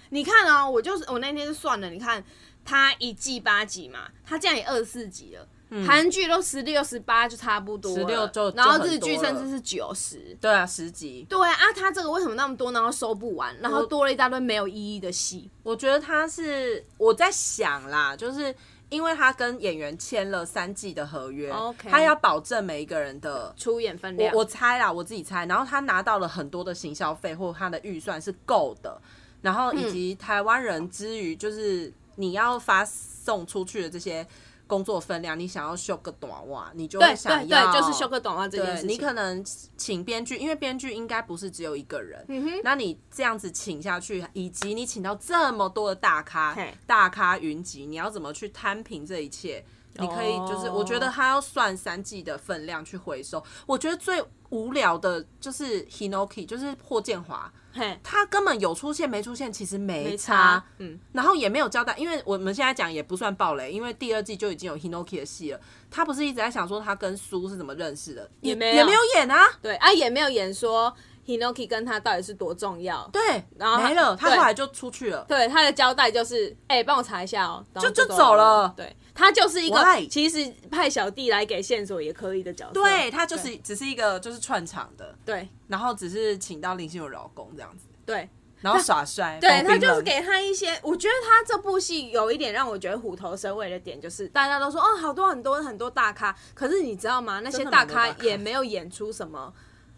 你看哦，我就是我那天就算了，你看他一季八集嘛，他这样也二十四集了。韩剧都十六、十八就差不多了， 16就然后就很日剧多了甚至是九十，对啊，十集。对啊，他这个为什么那么多，然后收不完，然后我多了一大堆没有意义的戏，我觉得他是我在想啦，就是因为他跟演员签了三季的合约哦 OK 他要保证每一个人的。出演分我量。我猜啦，我自己猜。然后他拿到了很多的行销费或他的预算是够的，然后以及嗯台湾人之余，就是你要发送出去的这些工作分量，你想要修个短袜，你就对会对想要对，就是修个短袜这件对事情。你可能请编剧，因为编剧应该不是只有一个人。嗯那你这样子请下去，以及你请到这么多的大咖嘿、大咖云集，你要怎么去摊平这一切？你可以就是，我哦觉得他要算三季的分量去回收。我觉得最无聊的就是 Hinoki，就是霍建华。嘿他根本有出现没出现，其实没差，没差嗯然后哦也没有交代，因为我们现在讲也不算暴雷，因为第二季就已经有 Hinoki 的戏了。他不是一直在想说他跟苏是怎么认识的，也没有也没有演啊，对啊，也没有演说 Hinoki 跟他到底是多重要。对，然后他没了，他对后来就出去了。对他的交代就是，哎、帮我查一下哦、然后就就就走了对他就是一个 Why？其实派小弟来给线索也可以的角色。对他就是只是一个就是串场的，对然后只是请到林心如老公这样子，对然后耍帅，对，包他冰就是冷给他一些，我觉得他这部戏有一点让我觉得虎头蛇尾的点，就是大家都说哦，好多很多很多大咖，可是你知道吗？那些真的蛮多咖大咖也没有演出什么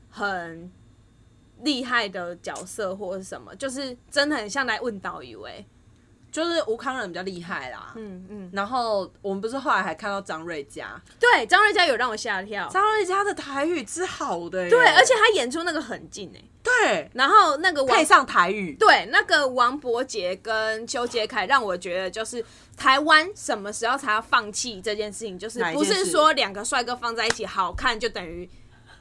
很厉害的角色或者什么，就是真的很像来问导游哎，就是吴康仁比较厉害啦。嗯嗯，然后我们不是后来还看到张瑞佳，对，张瑞佳有让我吓跳，张瑞佳的台语是好的耶，对，而且他演出那个很近哎，对然后那个王配上台语，对，那个王伯杰跟邱杰凯让我觉得，就是台湾什么时候才要放弃这件事情，就是哪一不件事是说两个帅哥放在一起好看就等于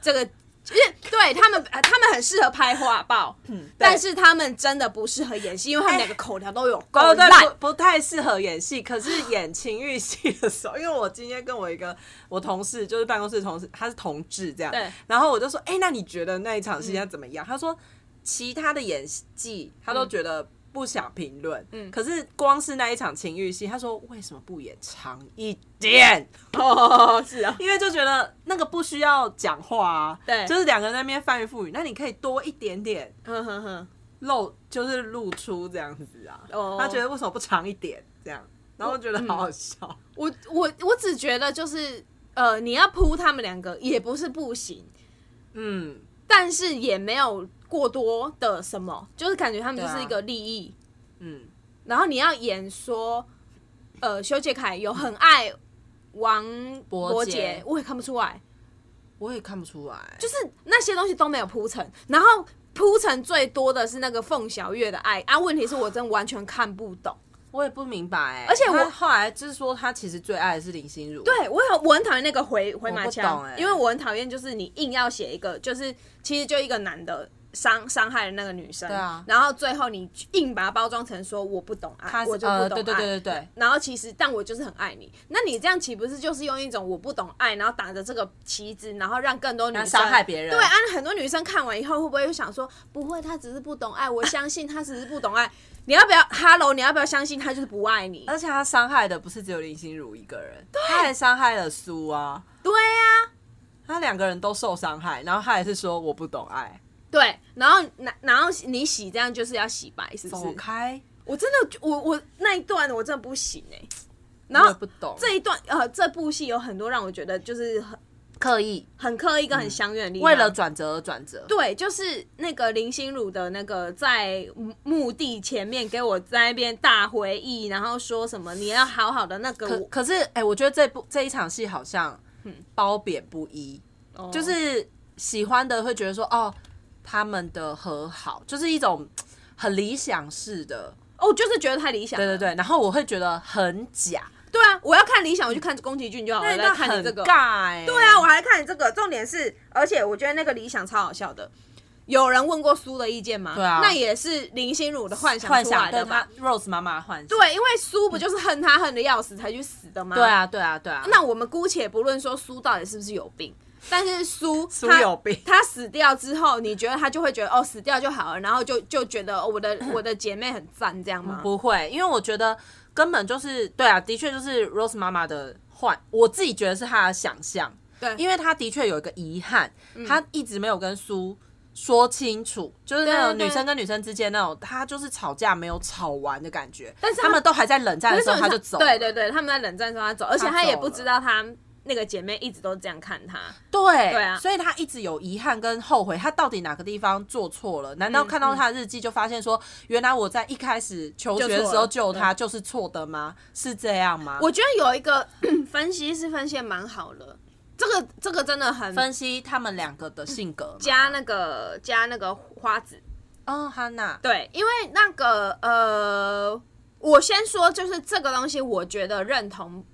这个，因为对他们、呃他们很适合拍画报，嗯但是他们真的不适合演戏，因为他们两个口条都有够哦，对烂。，不不太适合演戏。可是演情欲戏的时候，因为 <laughs> 我今天跟我一个我同事，就是办公室同事，他是同志这样。对。嗯然后我就说，哎、那你觉得那一场戏要怎么样？他说，其他的演技他都觉得不想评论。嗯。可是光是那一场情欲戏，他说为什么不演长一点？ <laughs> 哦，是啊，因为就觉得那个不需要讲话啊。对就是两个人在那边翻云覆雨，那你可以多一点点哼嗯哼哼，露，就是露出这样子啊。哦他觉得为什么不长一点这样？然后我觉得好好笑。我我我只觉得就是呃，你要扑他们两个也不是不行，嗯，但是也没有过多的什么，就是感觉他们就是一对个啊利益。嗯，然后你要演说，呃，修杰楷有很爱王伯伯杰杰，我也看不出来，我也看不出来，就是那些东西都没有铺陈，然后铺陈最多的是那个凤小岳的爱啊，问题是我真的完全看不懂。我也不明白欸、而且我他后来就是说，他其实最爱的是林心如。，对我很我很讨厌那个回回马我枪，不懂欸因为我很讨厌就是你硬要写一个，就是其实就一个男的。伤伤害了那个女生，对啊然后最后你硬把它包装成说我不懂爱，他我就不懂爱，呃，对对对对对，然后其实，但我就是很爱你。那你这样岂不是就是用一种我不懂爱，然后打着这个旗子，然后让更多女生伤害别人对，啊，很多女生看完以后，会不会又想说，不会，他只是不懂爱，我相信他只是不懂爱。你要不要？Hello，你要不要相信他就是不爱你？而且他伤害的不是只有林心如一个人，他还伤害了苏啊，对呀、他两个人都受伤害，然后他也是说我不懂爱，对。然后，然然后你洗这样就是要洗白，是不走是？开，我真的，我我那一段我真的不行哎、然我也后不懂，这一段呃，这部戏有很多让我觉得就是很刻意很刻意跟很相远的地方。嗯为了转折而转折，对，就是那个林心如的那个在墓地前面给我在那边大回忆，然后说什么你要好好的那个可我，嗯可是，哎、我觉得这部这一场戏好像褒贬不一，哦就是喜欢的会觉得说，哦，他们的和好就是一种嘖很理想式的，哦，就是觉得太理想对了。对对。然后我会觉得很假，哎对啊，我要看理想，我去看宫崎骏就好了，那我一来段看很你这个。尬哎、对啊，我还看你这个。重点是，而且我觉得那个理想超好笑的。有人问过苏的意见吗？对啊那也是林心如的幻想幻出来想的对嘛妈。Rose 妈妈的幻想，对，因为苏不就是恨他恨的要死才去死的吗？对。啊对啊对啊，那我们姑且不论说苏到底是不是有病，但是苏苏他有病他死掉之后，你觉得他就会觉得哦死掉就好了，然后就就觉得、哦我的我的姐妹很赞这样吗？嗯不会，因为我觉得根本就是对啊，的确就是 Rose 妈妈的幻，我自己觉得是她的想象。对嗯因为她的确有一个遗憾，她一直没有跟苏说清楚，就是那对对种对女生跟女生之间那种，她就是吵架没有吵完的感觉。但是她他们都还在冷战的时候，重她点就是走了。对对对，他们在冷战的时候他走，而且她他也走不了知道他那个姐妹一直都这样看他。对对啊所以她一直有遗憾跟后悔，她到底哪个地方做错了？难道嗯看到她的日记就发现说，原来我在一开始求学的时候救她就是错的吗？是这样吗？我觉得有一个 <clears throat> 分析是分析得蛮好的，这个这个真的很分析他们两个的性格吗，加那个加那个花子。哦，哈娜，对，因为那个呃，我先说，就是这个东西，我觉得认同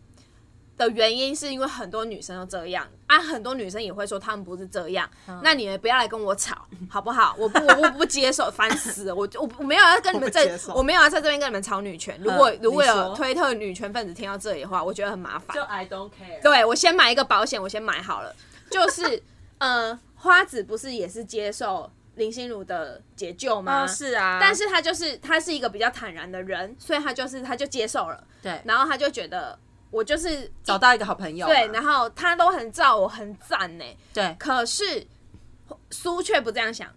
的原因是因为很多女生都这样啊，很多女生也会说她们不是这样，嗯那你们不要来跟我吵，好不好？我不，我不不接受，烦死了！我我我没有要跟你们我不在接，受我没有要在这边跟你们吵女权。如果、嗯如果你有说推特女权分子听到这里的话，我觉得很麻烦。 I don't care。对我先买一个保险，我先买好了。就是，呃，花子不是也是接受林心如的解救吗？哦，是啊，但是他就是他是一个比较坦然的人，所以他就是他就接受了，对，然后他就觉得我就是找到一个好朋友嘛，对，然后他都很照我，很赞呢。对，可是苏却不这样想，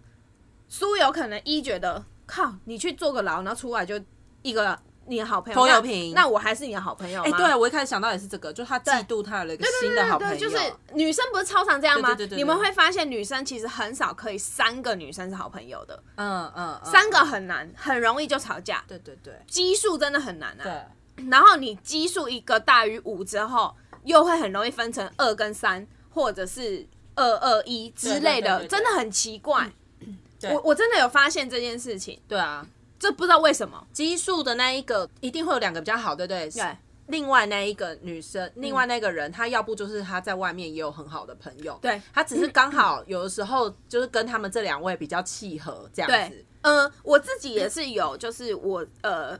苏有可能一觉得靠你去坐个牢，然后出来就一个你的好朋友拖油那瓶那我还是你的好朋友吗？哎、对啊，我一开始想到也是这个，就他嫉妒他有了一个新的好朋友，对，就是女生不是超常这样吗？对对对对对你们会发现女生其实很少可以三个女生是好朋友的，嗯嗯，嗯三个，很难，很容易就吵架，对对对基数真的很难啊。对，然后你基数一个大于五之后，又会很容易分成二跟三，或者是二二一之类的，对对对对对嗯真的很奇怪。对我我真的有发现这件事情，对啊，这不知道为什么。基数的那一个一定会有两个比较好，对不对？嗯对。另外那一个女生，另外那个人，她要不就是她在外面也有很好的朋友，对她只是刚好有的时候就是跟他们这两位比较契合这样子对，，嗯、我自己也是有，就是我呃。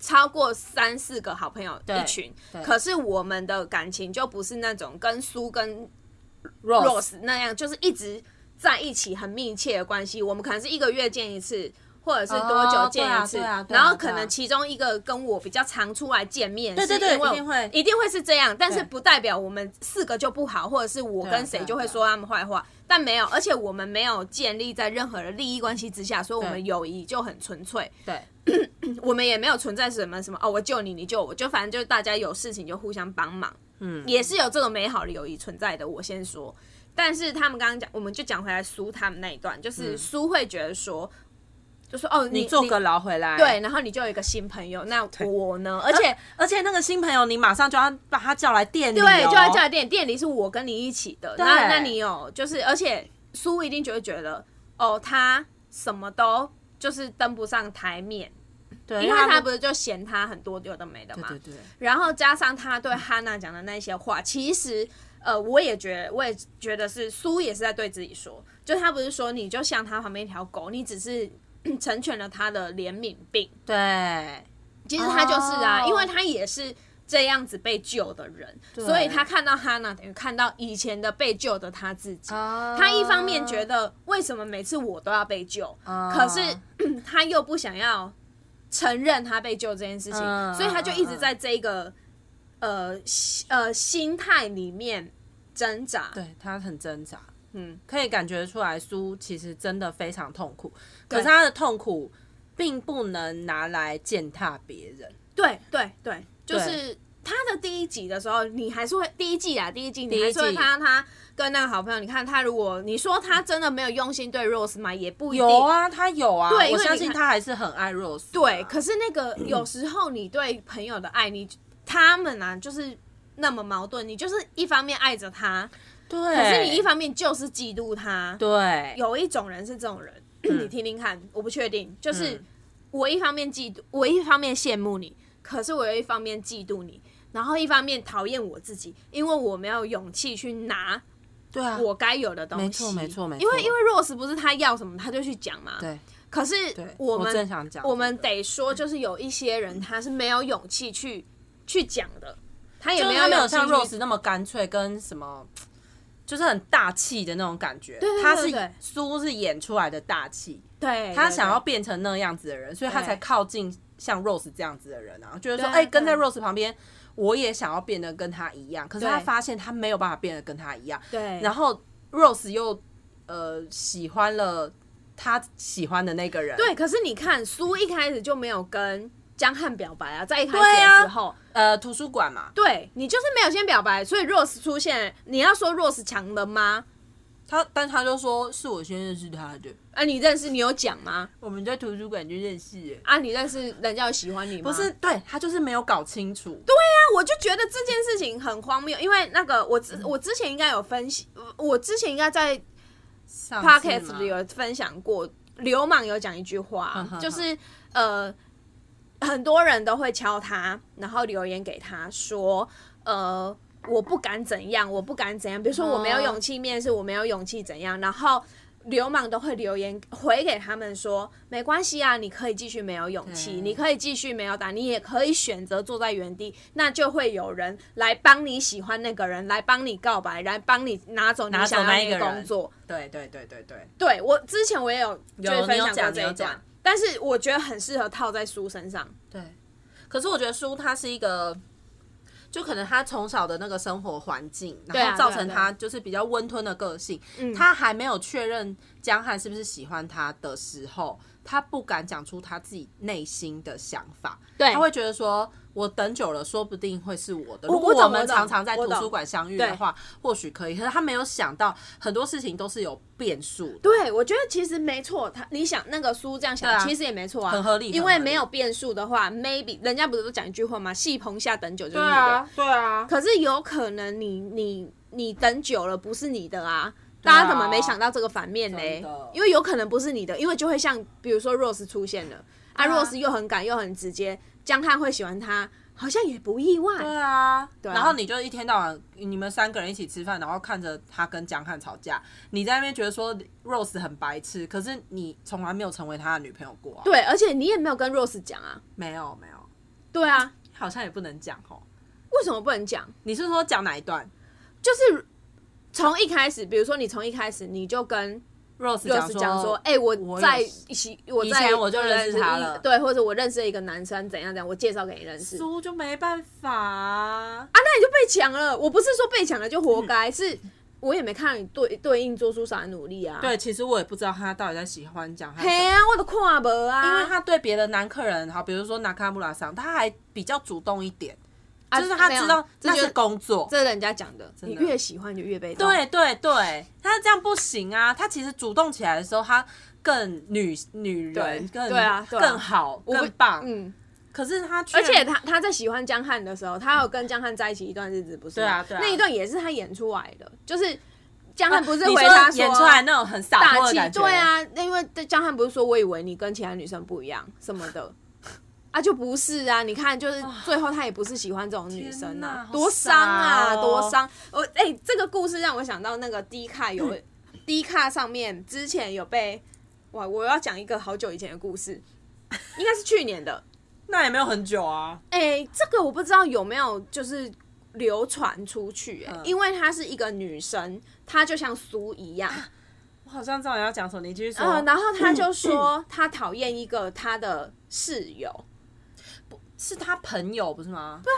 超过三四个好朋友对一群对，可是我们的感情就不是那种跟苏跟 Rose Rose 那样，就是一直在一起很密切的关系。我们可能是一个月见一次，或者是多久见一次，哦对啊对啊对啊然后对啊可能其中一个跟我比较常出来见面，对对对是因为我一定会一定会是这样，但是对不代表我们四个就不好，或者是我对啊跟谁对啊就会对啊说他们坏话，但没有，而且我们没有建立在任何的利益关系之下，所以我对们友谊就很纯粹，对我们也没有存在什么什么哦，我救你，你救我，就反正就是大家有事情就互相帮忙，嗯，也是有这种美好的友谊存在的。我先说，但是他们刚刚讲，我们就讲回来苏他们那一段，就是苏会觉得说，就说哦，你你坐个牢回来，对，然后你就有一个新朋友，那我呢？而且而且那个新朋友，你马上就要把他叫来店里、哦，对，就在叫来店店里是我跟你一起的，对那那你有就是，而且苏一定就会觉得哦，他什么都就是登不上台面，对，因为因为他不是就嫌他很多有的没的嘛，对对对，然后加上他对哈娜讲的那些话，其实呃，我也觉得，我也觉得是苏也是在对自己说，就他不是说你就像他旁边一条狗，你只是 <clears throat> 成全了他的怜悯病，对其实他就是啊，哦因为他也是。这样子被救的人，所以他看到哈娜，等于看到以前的被救的他自己。他他一方面觉得为什么每次我都要被救，哦可是嗯 <clears throat> 他又不想要承认他被救这件事情，嗯所以他就一直在这个呃心呃心态里面挣扎。对他很挣扎，嗯，可以感觉出来，苏其实真的非常痛苦，可是他的痛苦并不能拿来践踏别人，对对对，就对是他的第一集的时候，你还是会第一季啊，第一季你第还一是会季看到他跟那个好朋友。你看他如果你说他真的没有用心对 Rose 嘛，也不一定。有啊，他有啊，对因为我相你信看他还是很爱啊 Rose，、对，可是那 <clears throat> 个有时候你对朋友的爱，你他们啊，就是那么矛盾。你就是一方面爱着他，对，可是你一方面就是嫉妒他。对有一种人是这种 <clears throat> 人，你听听看，我不确定。就是嗯我一方面嫉妒，我一方面羡慕你，可是我又一方面嫉妒你，然后一方面讨厌我自己，因为我没有勇气去拿对啊，我该有的东西。没错没错没错因为因为 Rose 不是他要什么他就去讲嘛。对可是对，我们正想讲这个，我们得说，就是有一些人他是没有勇气去去讲的，他也就没是有他没有勇气像去 Rose 那么干脆，跟什么就是很大气的那种感觉。对对他对是对苏是演出来的大气，对，他对想要对变成那样子的人，所以他对才靠近像 Rose 这样子的人啊，就是说，对哎、对跟在 Rose 旁边，我也想要变得跟他一样。可是对他发现他没有办法变得跟他一样，对，然后 Rose 又呃喜欢了他喜欢的那个人，对，可是你看苏一开始就没有跟江汉表白啊，在一开对始啊的时候，呃，图书馆嘛，对,、你就是没有先表白，所以 Rose 出现，你要说 Rose 强了吗？他但他就说是我先认识他的，啊，你认识你有讲吗？我们在图书馆就认识了。啊，你认识人家有喜欢你吗？不是，对他就是没有搞清楚。我就觉得这件事情很荒谬，因为那个我之我之前应该有分析，我之前应该在 p 上次 o 吗 c k e t 里有分享过，流氓有讲一句 <laughs> 话哼哼，就是呃，很多人都会敲他，然后留言给他说，呃，我不敢怎样，我不敢怎样，比如说我没有勇气面试，我没有勇气怎样，然后。流氓都会留言回给他们说：“没关系啊，你可以继续没有勇气，对你可以继续没有打，你也可以选择坐在原地，那就会有人来帮你喜欢那个人，来帮你告白，来帮你拿走你拿走想要那一那个个人工作。对对对对对，对我之前我也有就是分享你有讲过你这有一段讲，但是我觉得很适合套在书身上。对，可是我觉得书他是一个，就可能他从小的那个生活环境，对然啊后造成对啊对他啊就是比较温吞的个性。嗯他还没有确认江汉是不是喜欢他的时候，他不敢讲出他自己内心的想法，对他会觉得说，我等久了，说不定会是我的。我如果我懂我们我懂常常在我图懂书馆相遇的对话，或许可以。可是他没有想到，很多事情都是有变数的。对，我觉得其实没错，他你想那个书这样想，对啊其实也没错啊，很合理因很合为理没有变数的话，maybe 人家不是都讲一句话吗？戏棚下等久就是你的，，对啊，可是有可能你你你等久了不是你的啊。大家怎么没想到这个反面嘞真的？因为有可能不是你的，因为就会像比如说 Rose 出现了啊，Rose 又很敢又很直接，江汉会喜欢他，好像也不意外。对啊，啊然后你就一天到晚，你们三个人一起吃饭，然后看着他跟江汉吵架，你在那边觉得说 Rose 很白痴，可是你从来没有成为他的女朋友过、啊，对，而且你也没有跟 Rose 讲啊。没有没有，对啊，好像也不能讲哦。为什么不能讲？你是说讲哪一段就是从一开始，比如说你从一开始你就跟？Rose 讲 Rose 说，讲说，哎、我我在有一起，我以在前我就认识他了对，或者我认识了一个男生，怎样怎样，我介绍给你认识。输就没办法啊。啊，那你就被抢了。我不是说被抢了就活该，是我也没看到你对对应做出啥努力啊。，对，其实我也不知道他到底在喜欢江汉什么。嘿啊，我都看无啊，因为他对别的男客人，好，比如说拿卡穆拉桑，他还比较主动一点，啊就是他没有知道这那就是工作，这是人家讲的，真你的越喜欢就越被动。对对对，他这样不行啊！他其实主动起来的时候，他更女女人对更对啊对啊更好我不更棒。嗯，可是他却而且他他在喜欢江汉的时候，他有跟江汉在一起一段日子，不是吗？对啊对啊那一段也是他演出来的，就是江啊汉不是你回说他演出来那种很洒大脱的气感，觉，对，啊，那因为江汉不是说我以为你跟其他女生不一样什么的。啊，就不是啊！你看，就是最后他也不是喜欢这种女生天啊哪，多伤啊，好傻哦多伤！我哎、这个故事让我想到那个 D 卡有 D 卡上面之前有被哇，我要讲一个好久以前的故事，应该是去年的。那也没有很久啊。哎、这个我不知道有没有就是流传出去、哎、嗯因为她是一个女生，她就像苏一样，啊我好像知道你要讲什么，你继续说。嗯，然后他就 <clears throat> 说他讨厌一个他的室友，是他朋友不是吗？啊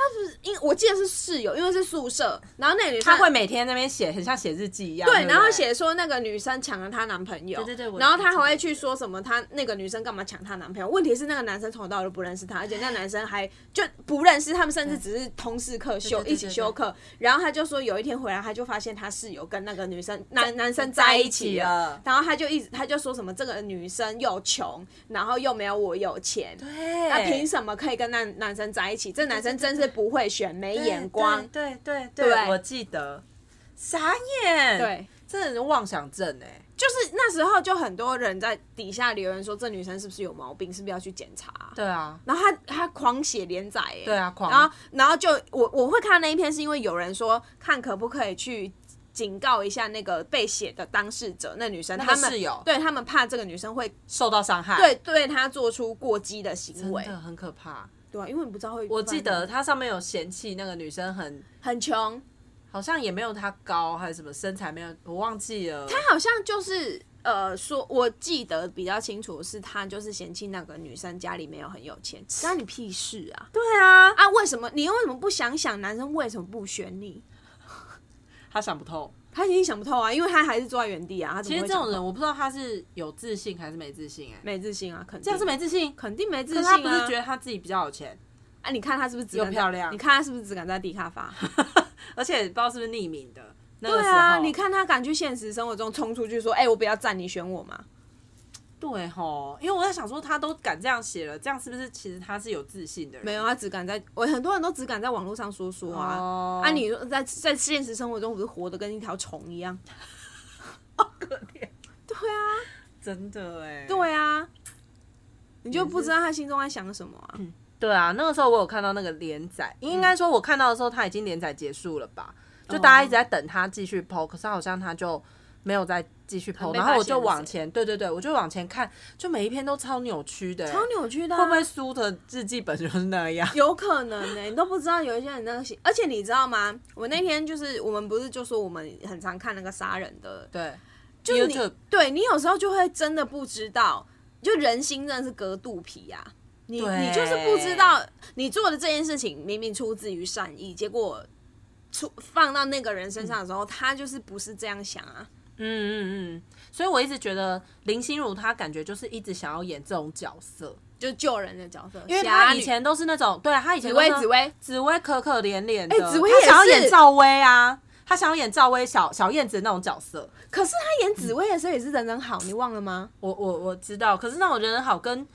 因我记得是室友，因为是宿舍，然后那个女生他会每天那边写，很像写日记一样。对对，不对，然后写说那个女生抢了她男朋友，对对对我然后她还会去说什么她那个女生干嘛抢她男朋友？问题是那个男生从头到尾都不认识她，而且那个男生还就不认识他们，甚至只是同事课对休对对一起休课。然后他就说有一天回来，他就发现他室友跟那个女生男男生在一起在了一起了，然后他就一直他就说什么这个女生又穷，然后又没有我有钱，对，那凭什么可以跟男男生在一起？这男生真是不会选，没对眼光。对对对对不对我记得。傻眼，对，这人是妄想症哎、就是那时候就很多人在底下留言说，这女生是不是有毛病？是不是要去检查啊、对啊，然后她她狂写连载、欸，对啊狂然后然后就我我会看那一篇，是因为有人说看可不可以去警告一下那个被写的当事者，那女生那他个们室友对他们怕这个女生会受到伤害，对对她做出过激的行为真，的很可怕。对、啊，因为你不知道会我记得它上面有嫌弃那个女生很，很穷，好像也没有她高，还是什么身材没有，我忘记了。他好像就是呃，说我记得比较清楚的是，他就是嫌弃那个女生家里没有很有钱，关你屁事啊！对啊，啊，为什么你为什么不想想男生为什么不选你？她想不透。他已经想不透啊，因为他还是坐在原地啊。他怎其么实会这种想人，我不知道他是有自信还是没自信、哎，没自信啊，肯定这样是没自信，肯定没自可信是啊。他不是觉得他自己比较有钱，啊？你看他是不是只敢又漂亮你看他是不是只敢在地咖 <laughs> 发？而且不知道是不是匿名的。那个对时啊，候，你，看他敢去现实生活中冲出去说：“哎、我不要站，你选我 <laughs> 嘛。对吼，因为我在想说，他都敢这样写了，这样是不是其实他是有啊自信的人？”没有，他只敢在我很多人都只敢在网络上说说啊。哦啊，你说在在现实生活中不是活得跟一条虫一样？真的哎、对啊，你就不知道他心中在想什么啊？对啊，那个时候我有看到那个连载，嗯应该说我看到的时候他已经连载结束了吧？就大家哦一直在等他继续剖，可是好像他就没有再继续他剖，没然后发我现就是往谁前，对对对，我就往前看，就每一篇都超扭曲的欸、超扭曲的啊、会不会书的日记本就是 <laughs> 那样？有可能呢、你都不知道有一些人那个写，而且你知道吗？我那天就是我们不是就说我们很常看那个杀人的，对，就是你 YouTube 对你有时候就会真的不知道，就人心真的是隔肚皮啊。你对你就是不知道你做的这件事情明明出自于善意，结果出放到那个人身上的时候，他就是不是这样想啊？嗯嗯嗯，所以我一直觉得林心如她感觉就是一直想要演这种角色，就救人的角色，因为侠她女以前都是那种，对啊，她以前紫都是薇那紫薇，紫薇可可怜怜的，哎紫薇她也想要演是赵薇啊，她想要演赵薇小小燕子那种角色，可是她演紫薇的时候也是人人好，你忘了吗？我我我知道，可是那种人好跟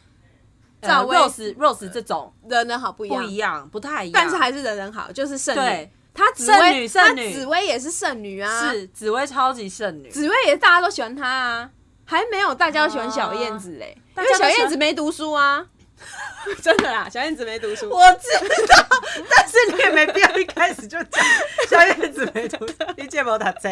呃赵薇 Rose Rose 这种人人好不一不样，一样，不太一样，但是还是人人好，就是剩女对。她紫剩女薇，剩她女紫薇也是剩女啊，是紫薇超级剩女，紫薇也是大家都喜欢她啊，还没有大家都喜欢小燕子嘞、啊因为大家小都喜欢燕子没读书啊， <laughs> 真的啊啦，小燕子没读书。我知道， <laughs> 但是你也没必要一开始就讲小燕子没读书，你见没打这？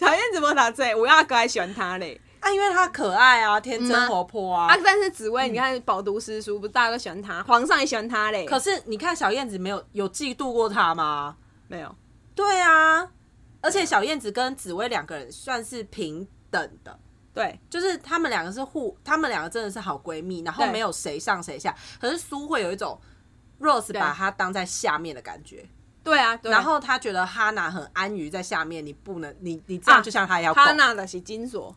小燕子没打这，我要哥还喜欢她嘞。啊，因为她可爱啊，天嗯啊真活泼啊。啊，但是紫薇，你看饱读诗书，不是大家都喜欢她，皇上也喜欢她嘞。可是你看小燕子没有有嫉妒过她吗？没有，对啊，而且小燕子跟紫薇两个人算是平等的，对，就是她们两个是互，她们两个真的是好闺蜜，然后对没有谁上谁下。可是苏会有一种 Rose 对把她当在下面的感觉，对啊，对然后她觉得哈娜很安于在下面，你不能，你你这样啊就像她要、哈娜的是金锁，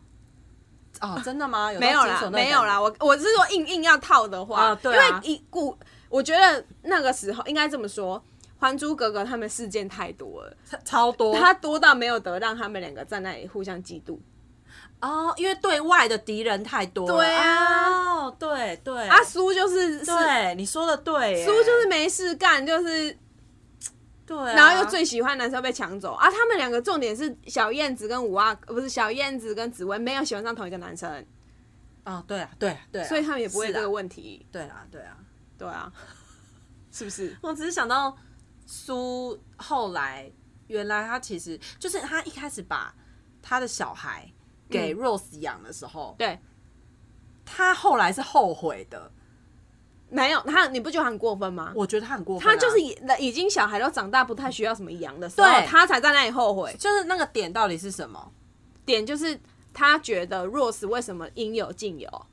哦，真的吗？有没有到金啦锁，那个没有啦，我我是说硬硬要套的话，啊对啊因为一古，我觉得那个时候应该这么说，《还珠格格》他们事件太多了，感觉，超多他多到没有得让他们两个在那里互相嫉妒哦，因为对外的敌人太多了。对啊哦，对对啊。苏就是是对，你说的对耶，苏就是没事干，就是对啊、然后又最喜欢的男生被抢走啊。他们两个重点是小燕子跟五阿呃不是小燕子跟紫薇没有喜欢上同一个男生，哦，对啊，对啊，对啊，所以他们也不会有是啊这个问题，对啊，对啊，对啊，是不 <laughs> 是？我只是想到苏后来，原来他其实就是他一开始把他的小孩嗯给 Rose 养的时候，对，他后来是后悔的。没有他，你不觉得很过分吗？我觉得他很过分啊、他就是已已经小孩都长大，不太需要什么养的时候，对他才在那里后悔。就是那个点到底是什么？点就是他觉得 Rose 为什么应有尽有，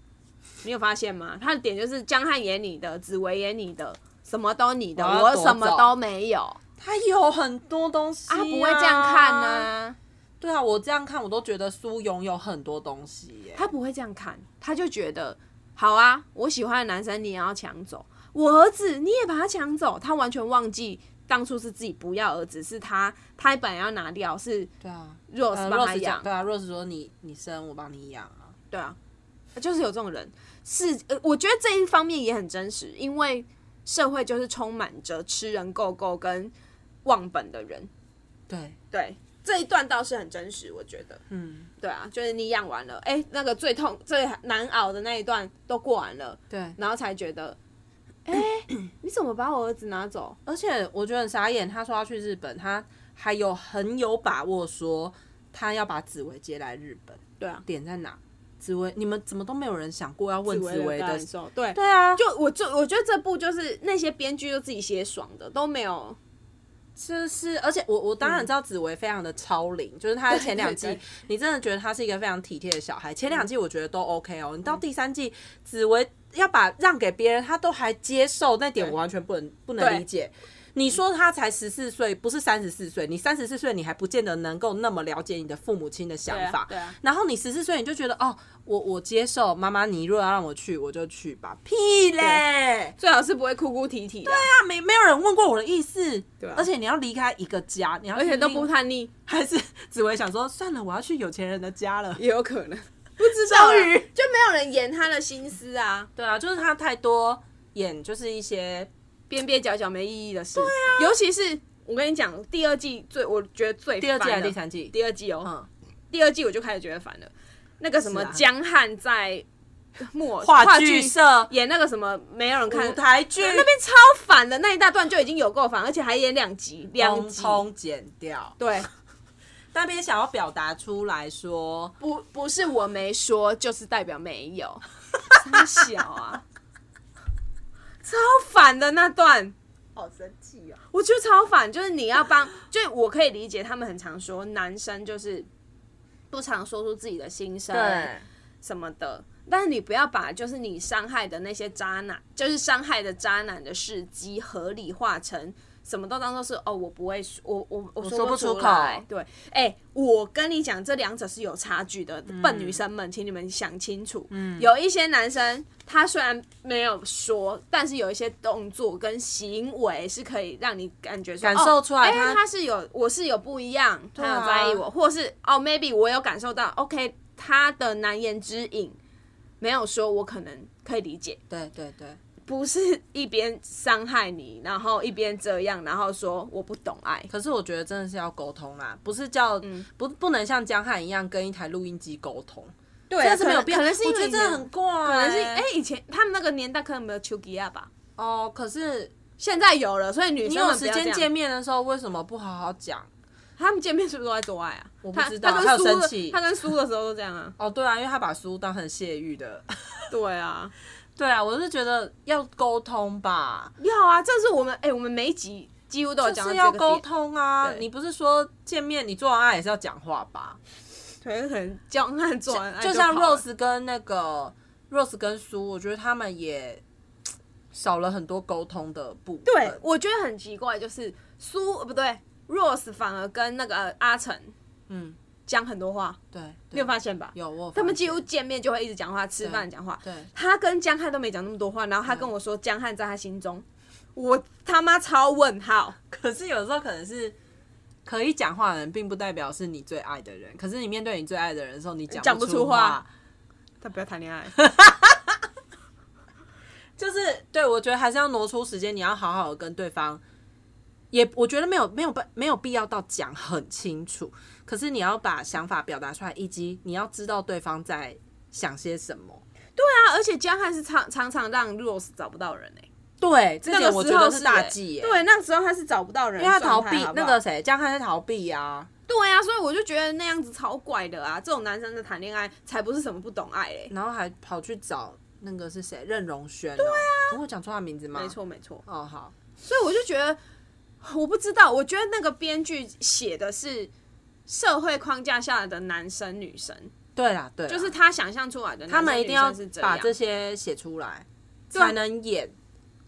你有发现吗？他的点就是江汉也你的，紫薇也你的，什么都你的，我要我夺什么走都没有啊，他有很多东西、啊不会这样看呢、对啊，我这样看我都觉得苏拥有很多东西耶。他不会这样看，他就觉得好啊，我喜欢的男生你也要抢走，我儿子你也把他抢走，他完全忘记当初是自己不要儿子，是他他本来要拿掉，是对啊 Rose 呃帮他，Rose 养讲，，对啊，Rose 说你你生我帮你养啊。对啊，就是有这种人，是呃，我觉得这一方面也很真实，因为社会就是充满着吃人够够跟忘本的人。对，对，这一段倒是很真实，我觉得。嗯，对啊，就是你养完了，哎、那个最痛、最难熬的那一段都过完了，对。然后才觉得， <coughs> 哎、你怎么把我儿子拿走？而且我觉得很傻眼，他说要去日本，他还有很有把握说他要把紫薇接来日本，对啊，点在哪？紫薇，你们怎么都没有人想过要问紫薇薇的的感？受，对，对啊，就就我就我觉得这部就是那些编剧就自己写爽的，都没有就是，而且我我当然知道紫薇非常的超龄，就是她前两嗯对嗯季对，你真的觉得她是一个非常体贴的小孩。前两季我觉得都 OK 哦，你嗯到第三季，紫薇要把让给别人，她都还接受，那点对我完全不能不能理解。你说她才十四岁，不是三十四岁，你三十四岁你还不见得能够那么了解你的父母亲的想法。对啊，然后你十四岁你就觉得哦，我我接受妈妈，你如果要让我去，我就去吧，屁嘞！最好是不会哭哭啼啼的，那啊没没有人问过我的意思，对啊而且你要离开一个家，你要而且都不太，叛逆， <laughs> 还是紫薇想说算了，我要去有钱人的家了。也有可能不知道啦，啊终于就没有人演他的心思啊，对啊，就是他太多演就是一些边边角角没意义的事。对啊，尤其是我跟你讲，第二季最我觉得最第二季烦还的是第三季，第二季哦，嗯，第二季我就开始觉得烦了。那个什么是啊江汉在木偶话剧社、演那个什么没有人看舞台剧那边超烦的那一大段就已经有够烦，而且还演两集，两通集通剪掉，对，那边想要表达出来说，不不是我没说，就是代表没有，真小啊，超烦的那段。好生气啊！我觉得超反，就是你要帮， <laughs> 就是我可以理解他们很常说男生就是不常说出自己的心声对，什么的，但是你不要把就是你伤害的那些渣男，就是伤害的渣男的事迹合理化成什么都当做是哦，我不会说，我我我说不不出口来对，哎、我跟你讲，这两者是有差距的。嗯笨女生们，请你们想清楚。嗯，有一些男生他虽然没有说，但是有一些动作跟行为是可以让你感觉说感受出来哦哎、他他是有，我是有不一样，他啊有在意我，或是哦，maybe 我有感受到，OK，他的难言之隐没有说，我可能可以理解。对对对，不是一边伤害你，然后一边这样，然后说我不懂爱。可是我觉得真的是要沟通啦，不是叫、不不能像江汉一样跟一台录音机沟通，对但是没有必要。可能是因我为觉得以真的前很怪、可可能是哎、以前他们那个年代可能没有丘吉亚吧，哦，可是现在有了，所以女你生有们不时要间这见样，面的时候，为什么不好好讲？他们见面是不是都在做爱啊？我不知道他还有跟生苏的气。他跟苏的时候都这样啊哦，对啊，因为他把书当成泄欲的。 <laughs> <laughs> 对啊，对啊，我是觉得要沟通吧，要啊，这是我们哎、我们每一集几乎都有就讲是到要这沟个点。通啊。对你不是说见面你做完爱也是要讲话吧？可能可能江汉做完爱啊就就像跑了 Rose 跟那个 Rose 跟苏，我觉得他们也少了很多沟通的部分。对，哎我觉得很奇怪，就是苏呃不对，Rose 反而跟那个呃阿成嗯，讲很多话，对，你有对发现吧？有我有他们发现几乎见面就会一直讲话，吃饭讲话。对他跟江汉都没讲那么多话，然后他跟我说江汉在他心中，我他妈超问号。可是有时候可能是可以讲话的人，并不代表是你最爱的人。可是你面对你最爱的人的时候，你讲讲不不出出话话，他不要谈 <laughs> 恋爱，就是对我觉得还是要挪出时间，你要好好的跟对方。也我觉得没有没有没有必要到讲很清楚，可是你要把想法表达出来，以及你要知道对方在想些什么。对啊，而且江汉是常常常让 Rose 找不到人哎、对，这那点个我时觉候得是大欸忌耶、对，那个时候他是找不到人，因为他逃避状态好不那好个谁，江汉在逃避啊。对啊，所以我就觉得那样子超怪的啊。这种男生的谈恋爱才不是什么不懂爱欸嘞、然后还跑去找那个是谁，任容萱、对啊，我有讲错他名字吗？没。错没错，哦，好，所以我就觉得，我不知道，我觉得那个编剧写的是社会框架下的男生女生，对啦，对啦就是啊他想象出来的男生他们一定要女生是这把样，这些写出来，啊才能演。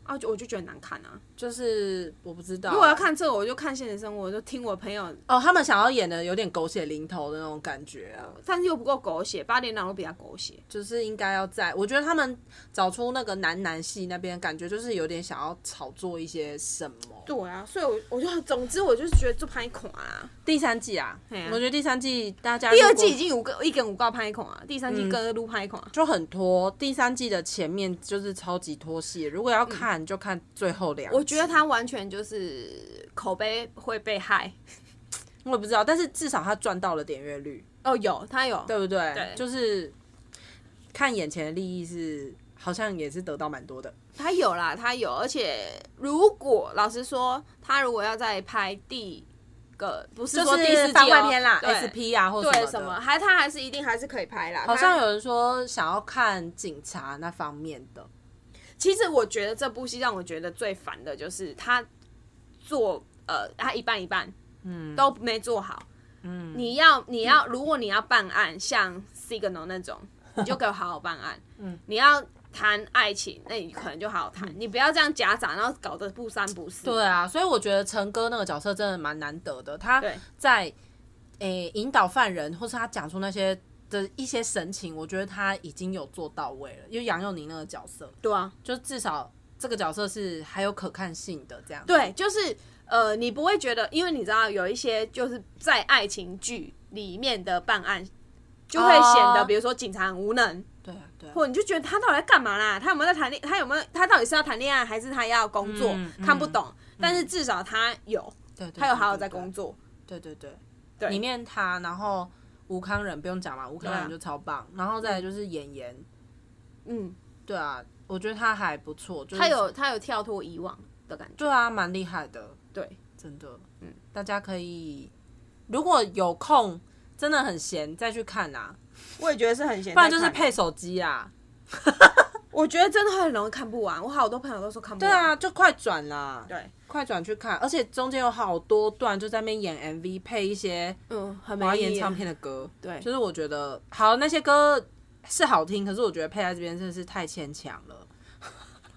啊，就我就觉得难看啊。就是我不知道，如果要看这个，我就看现实生活，我就听我朋友，哦，他们想要演的有点狗血淋头的那种感觉啊，但是又不够狗血，八点档都比较狗血。就是应该要在，我觉得他们找出那个男男系那边感觉，就是有点想要炒作一些什么。对啊，所以我我就总之我就是觉得就拍孔啊，第三季啊，嘿啊我觉得第三季大家第如二果季已经五个一根五告拍孔啊，第三季跟撸拍孔啊。就很拖，第三季的前面就是超级拖戏。如果要看，就看最后两集。嗯我觉得他完全就是口碑会被害我也不知道，但是至少他赚到了点阅率，哦，有他有对不对？对就是看眼前的利益是，好像也是得到蛮多的。他有啦，他有，而且如果老实说，他如果要再拍第个，不是说就第四是季、哦、番外篇啦对，SP 啊，或对什什么，么的。还他还是一定还是可以拍啦。好像他，有人说想要看警察那方面的，其实我觉得这部戏让我觉得最烦的就是他做呃，他一半一半，嗯，都没做好。嗯，你要你要，如果你要办案，像 Signal 那种，你就给我好好办案。嗯，你要谈爱情，那你可能就好好谈，你不要这样夹杂，然后搞得不三不四。对啊，所以我觉得陈哥那个角色真的蛮难得的，他对在诶、引导犯人，或是他讲出那些的一些神情，我觉得他已经有做到位了。因为杨佑宁那个角色，对啊，就至少这个角色是还有可看性的，这样子对，就是呃，你不会觉得，因为你知道有一些就是在爱情剧里面的办案，就会显哦得比如说警察很无能，对啊对啊或你就觉得他到底在干嘛啦？他有没有在谈恋？他有没有？他到底是要谈恋爱还是他要工作？嗯嗯看不懂。但是至少他有，对对，他有好好对在工，作。对对对对，对里面他然后吴康仁不用讲嘛，吴康对仁啊就超棒，然后再来就是演员，嗯，对啊，我觉得他还不错，就是他有他有跳脱以往的感觉。对啊，蛮厉害的，对，真的，嗯，大家可以如果有空，真的很闲再去看啦，我也觉得是很闲。不然就是，配手机啊，我觉得真的很容易看不完。我好多朋友都说看不对完。啊，就快转啦，对，快转去看，而且中间有好多段就在那边演 MV 配一些嗯，很华没意研义唱啊。片的歌，对就是我觉得好那些歌是好听，可是我觉得配在这边真的是太牵强了。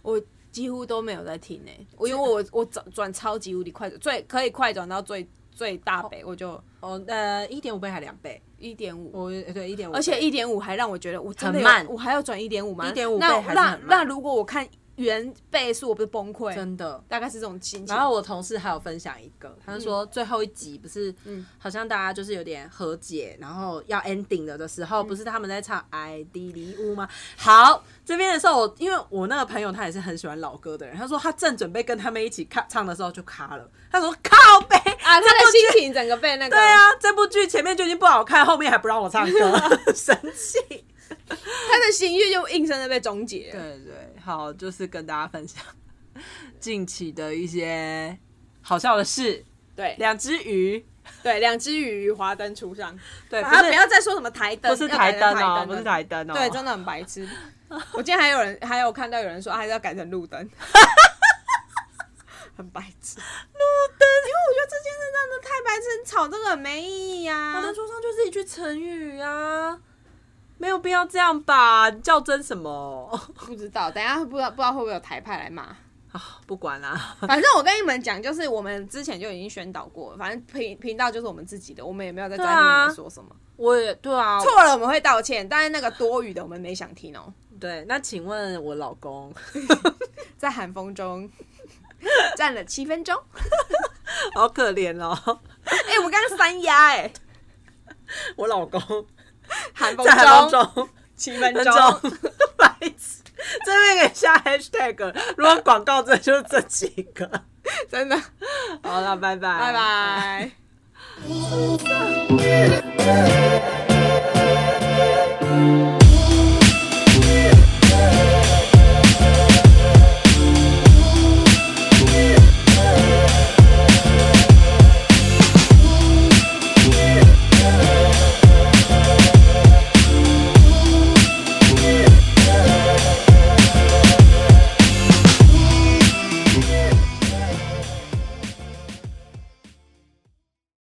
我几乎都没有在听诶、欸我因为我我转转超级无敌快，最可以快转到最最大倍，我就哦，呃，一点五倍还两倍，一点五。我呃对一点五，而且一点五还让我觉得我真的有很慢我还要转一点五吗？ 1.5那倍还是那很慢那如果我看原倍数，我不是崩溃？真的。大概是这种心情。然后我同事还有分享一个，他说最后一集不是，好像大家就是有点和解，然后要 ending 了的时候，不是他们在唱《爱的礼物》吗？好，这边的时候我，因为我那个朋友他也是很喜欢老歌的人，他说他正准备跟他们一起看唱的时候就卡了，他说靠 <laughs> 背啊，他这部的剧心情整个被那个对啊，这部剧前面就已经不好看，后面还不让我唱 <laughs> 歌，生气。他的心愿就硬生生被终结了。对对，好，就是跟大家分享近期的一些好笑的事。对两只鱼，对，两只鱼华灯初上，对，不啊，不是要再说什么台灯，不是要改台成灯台哦，灯不了是台灯哦，对，真的很白痴。我今天还有人还有看到有人说，啊还是要改成路灯， <laughs> 很白痴。路灯，因为我觉得这件事真的太白痴，吵这个很没意义呀、我啊哦的。桌上就是一句成语啊，没有必要这样吧？较真什么？ <laughs> 不知道，等一下不知道不知道会不会有台派来骂。啊，不管啦，反正我跟你们讲，就是我们之前就已经宣导过了，反正频频道就是我们自己的，我们也没有在在乎对啊你们说什么。我也对啊，错了我们会道歉，但是那个多余的我们没想听哦。对。那请问我 <laughs> 老公，在寒风 <laughs> 中站了七分钟，好可怜哦，哎、我刚刚三压哎、 <laughs> 我老公寒风在寒中风中七分分钟，钟， <laughs> 白痴，这边给下 hashtag，如果广告这就是这几个。真的，好了，拜拜，拜。拜。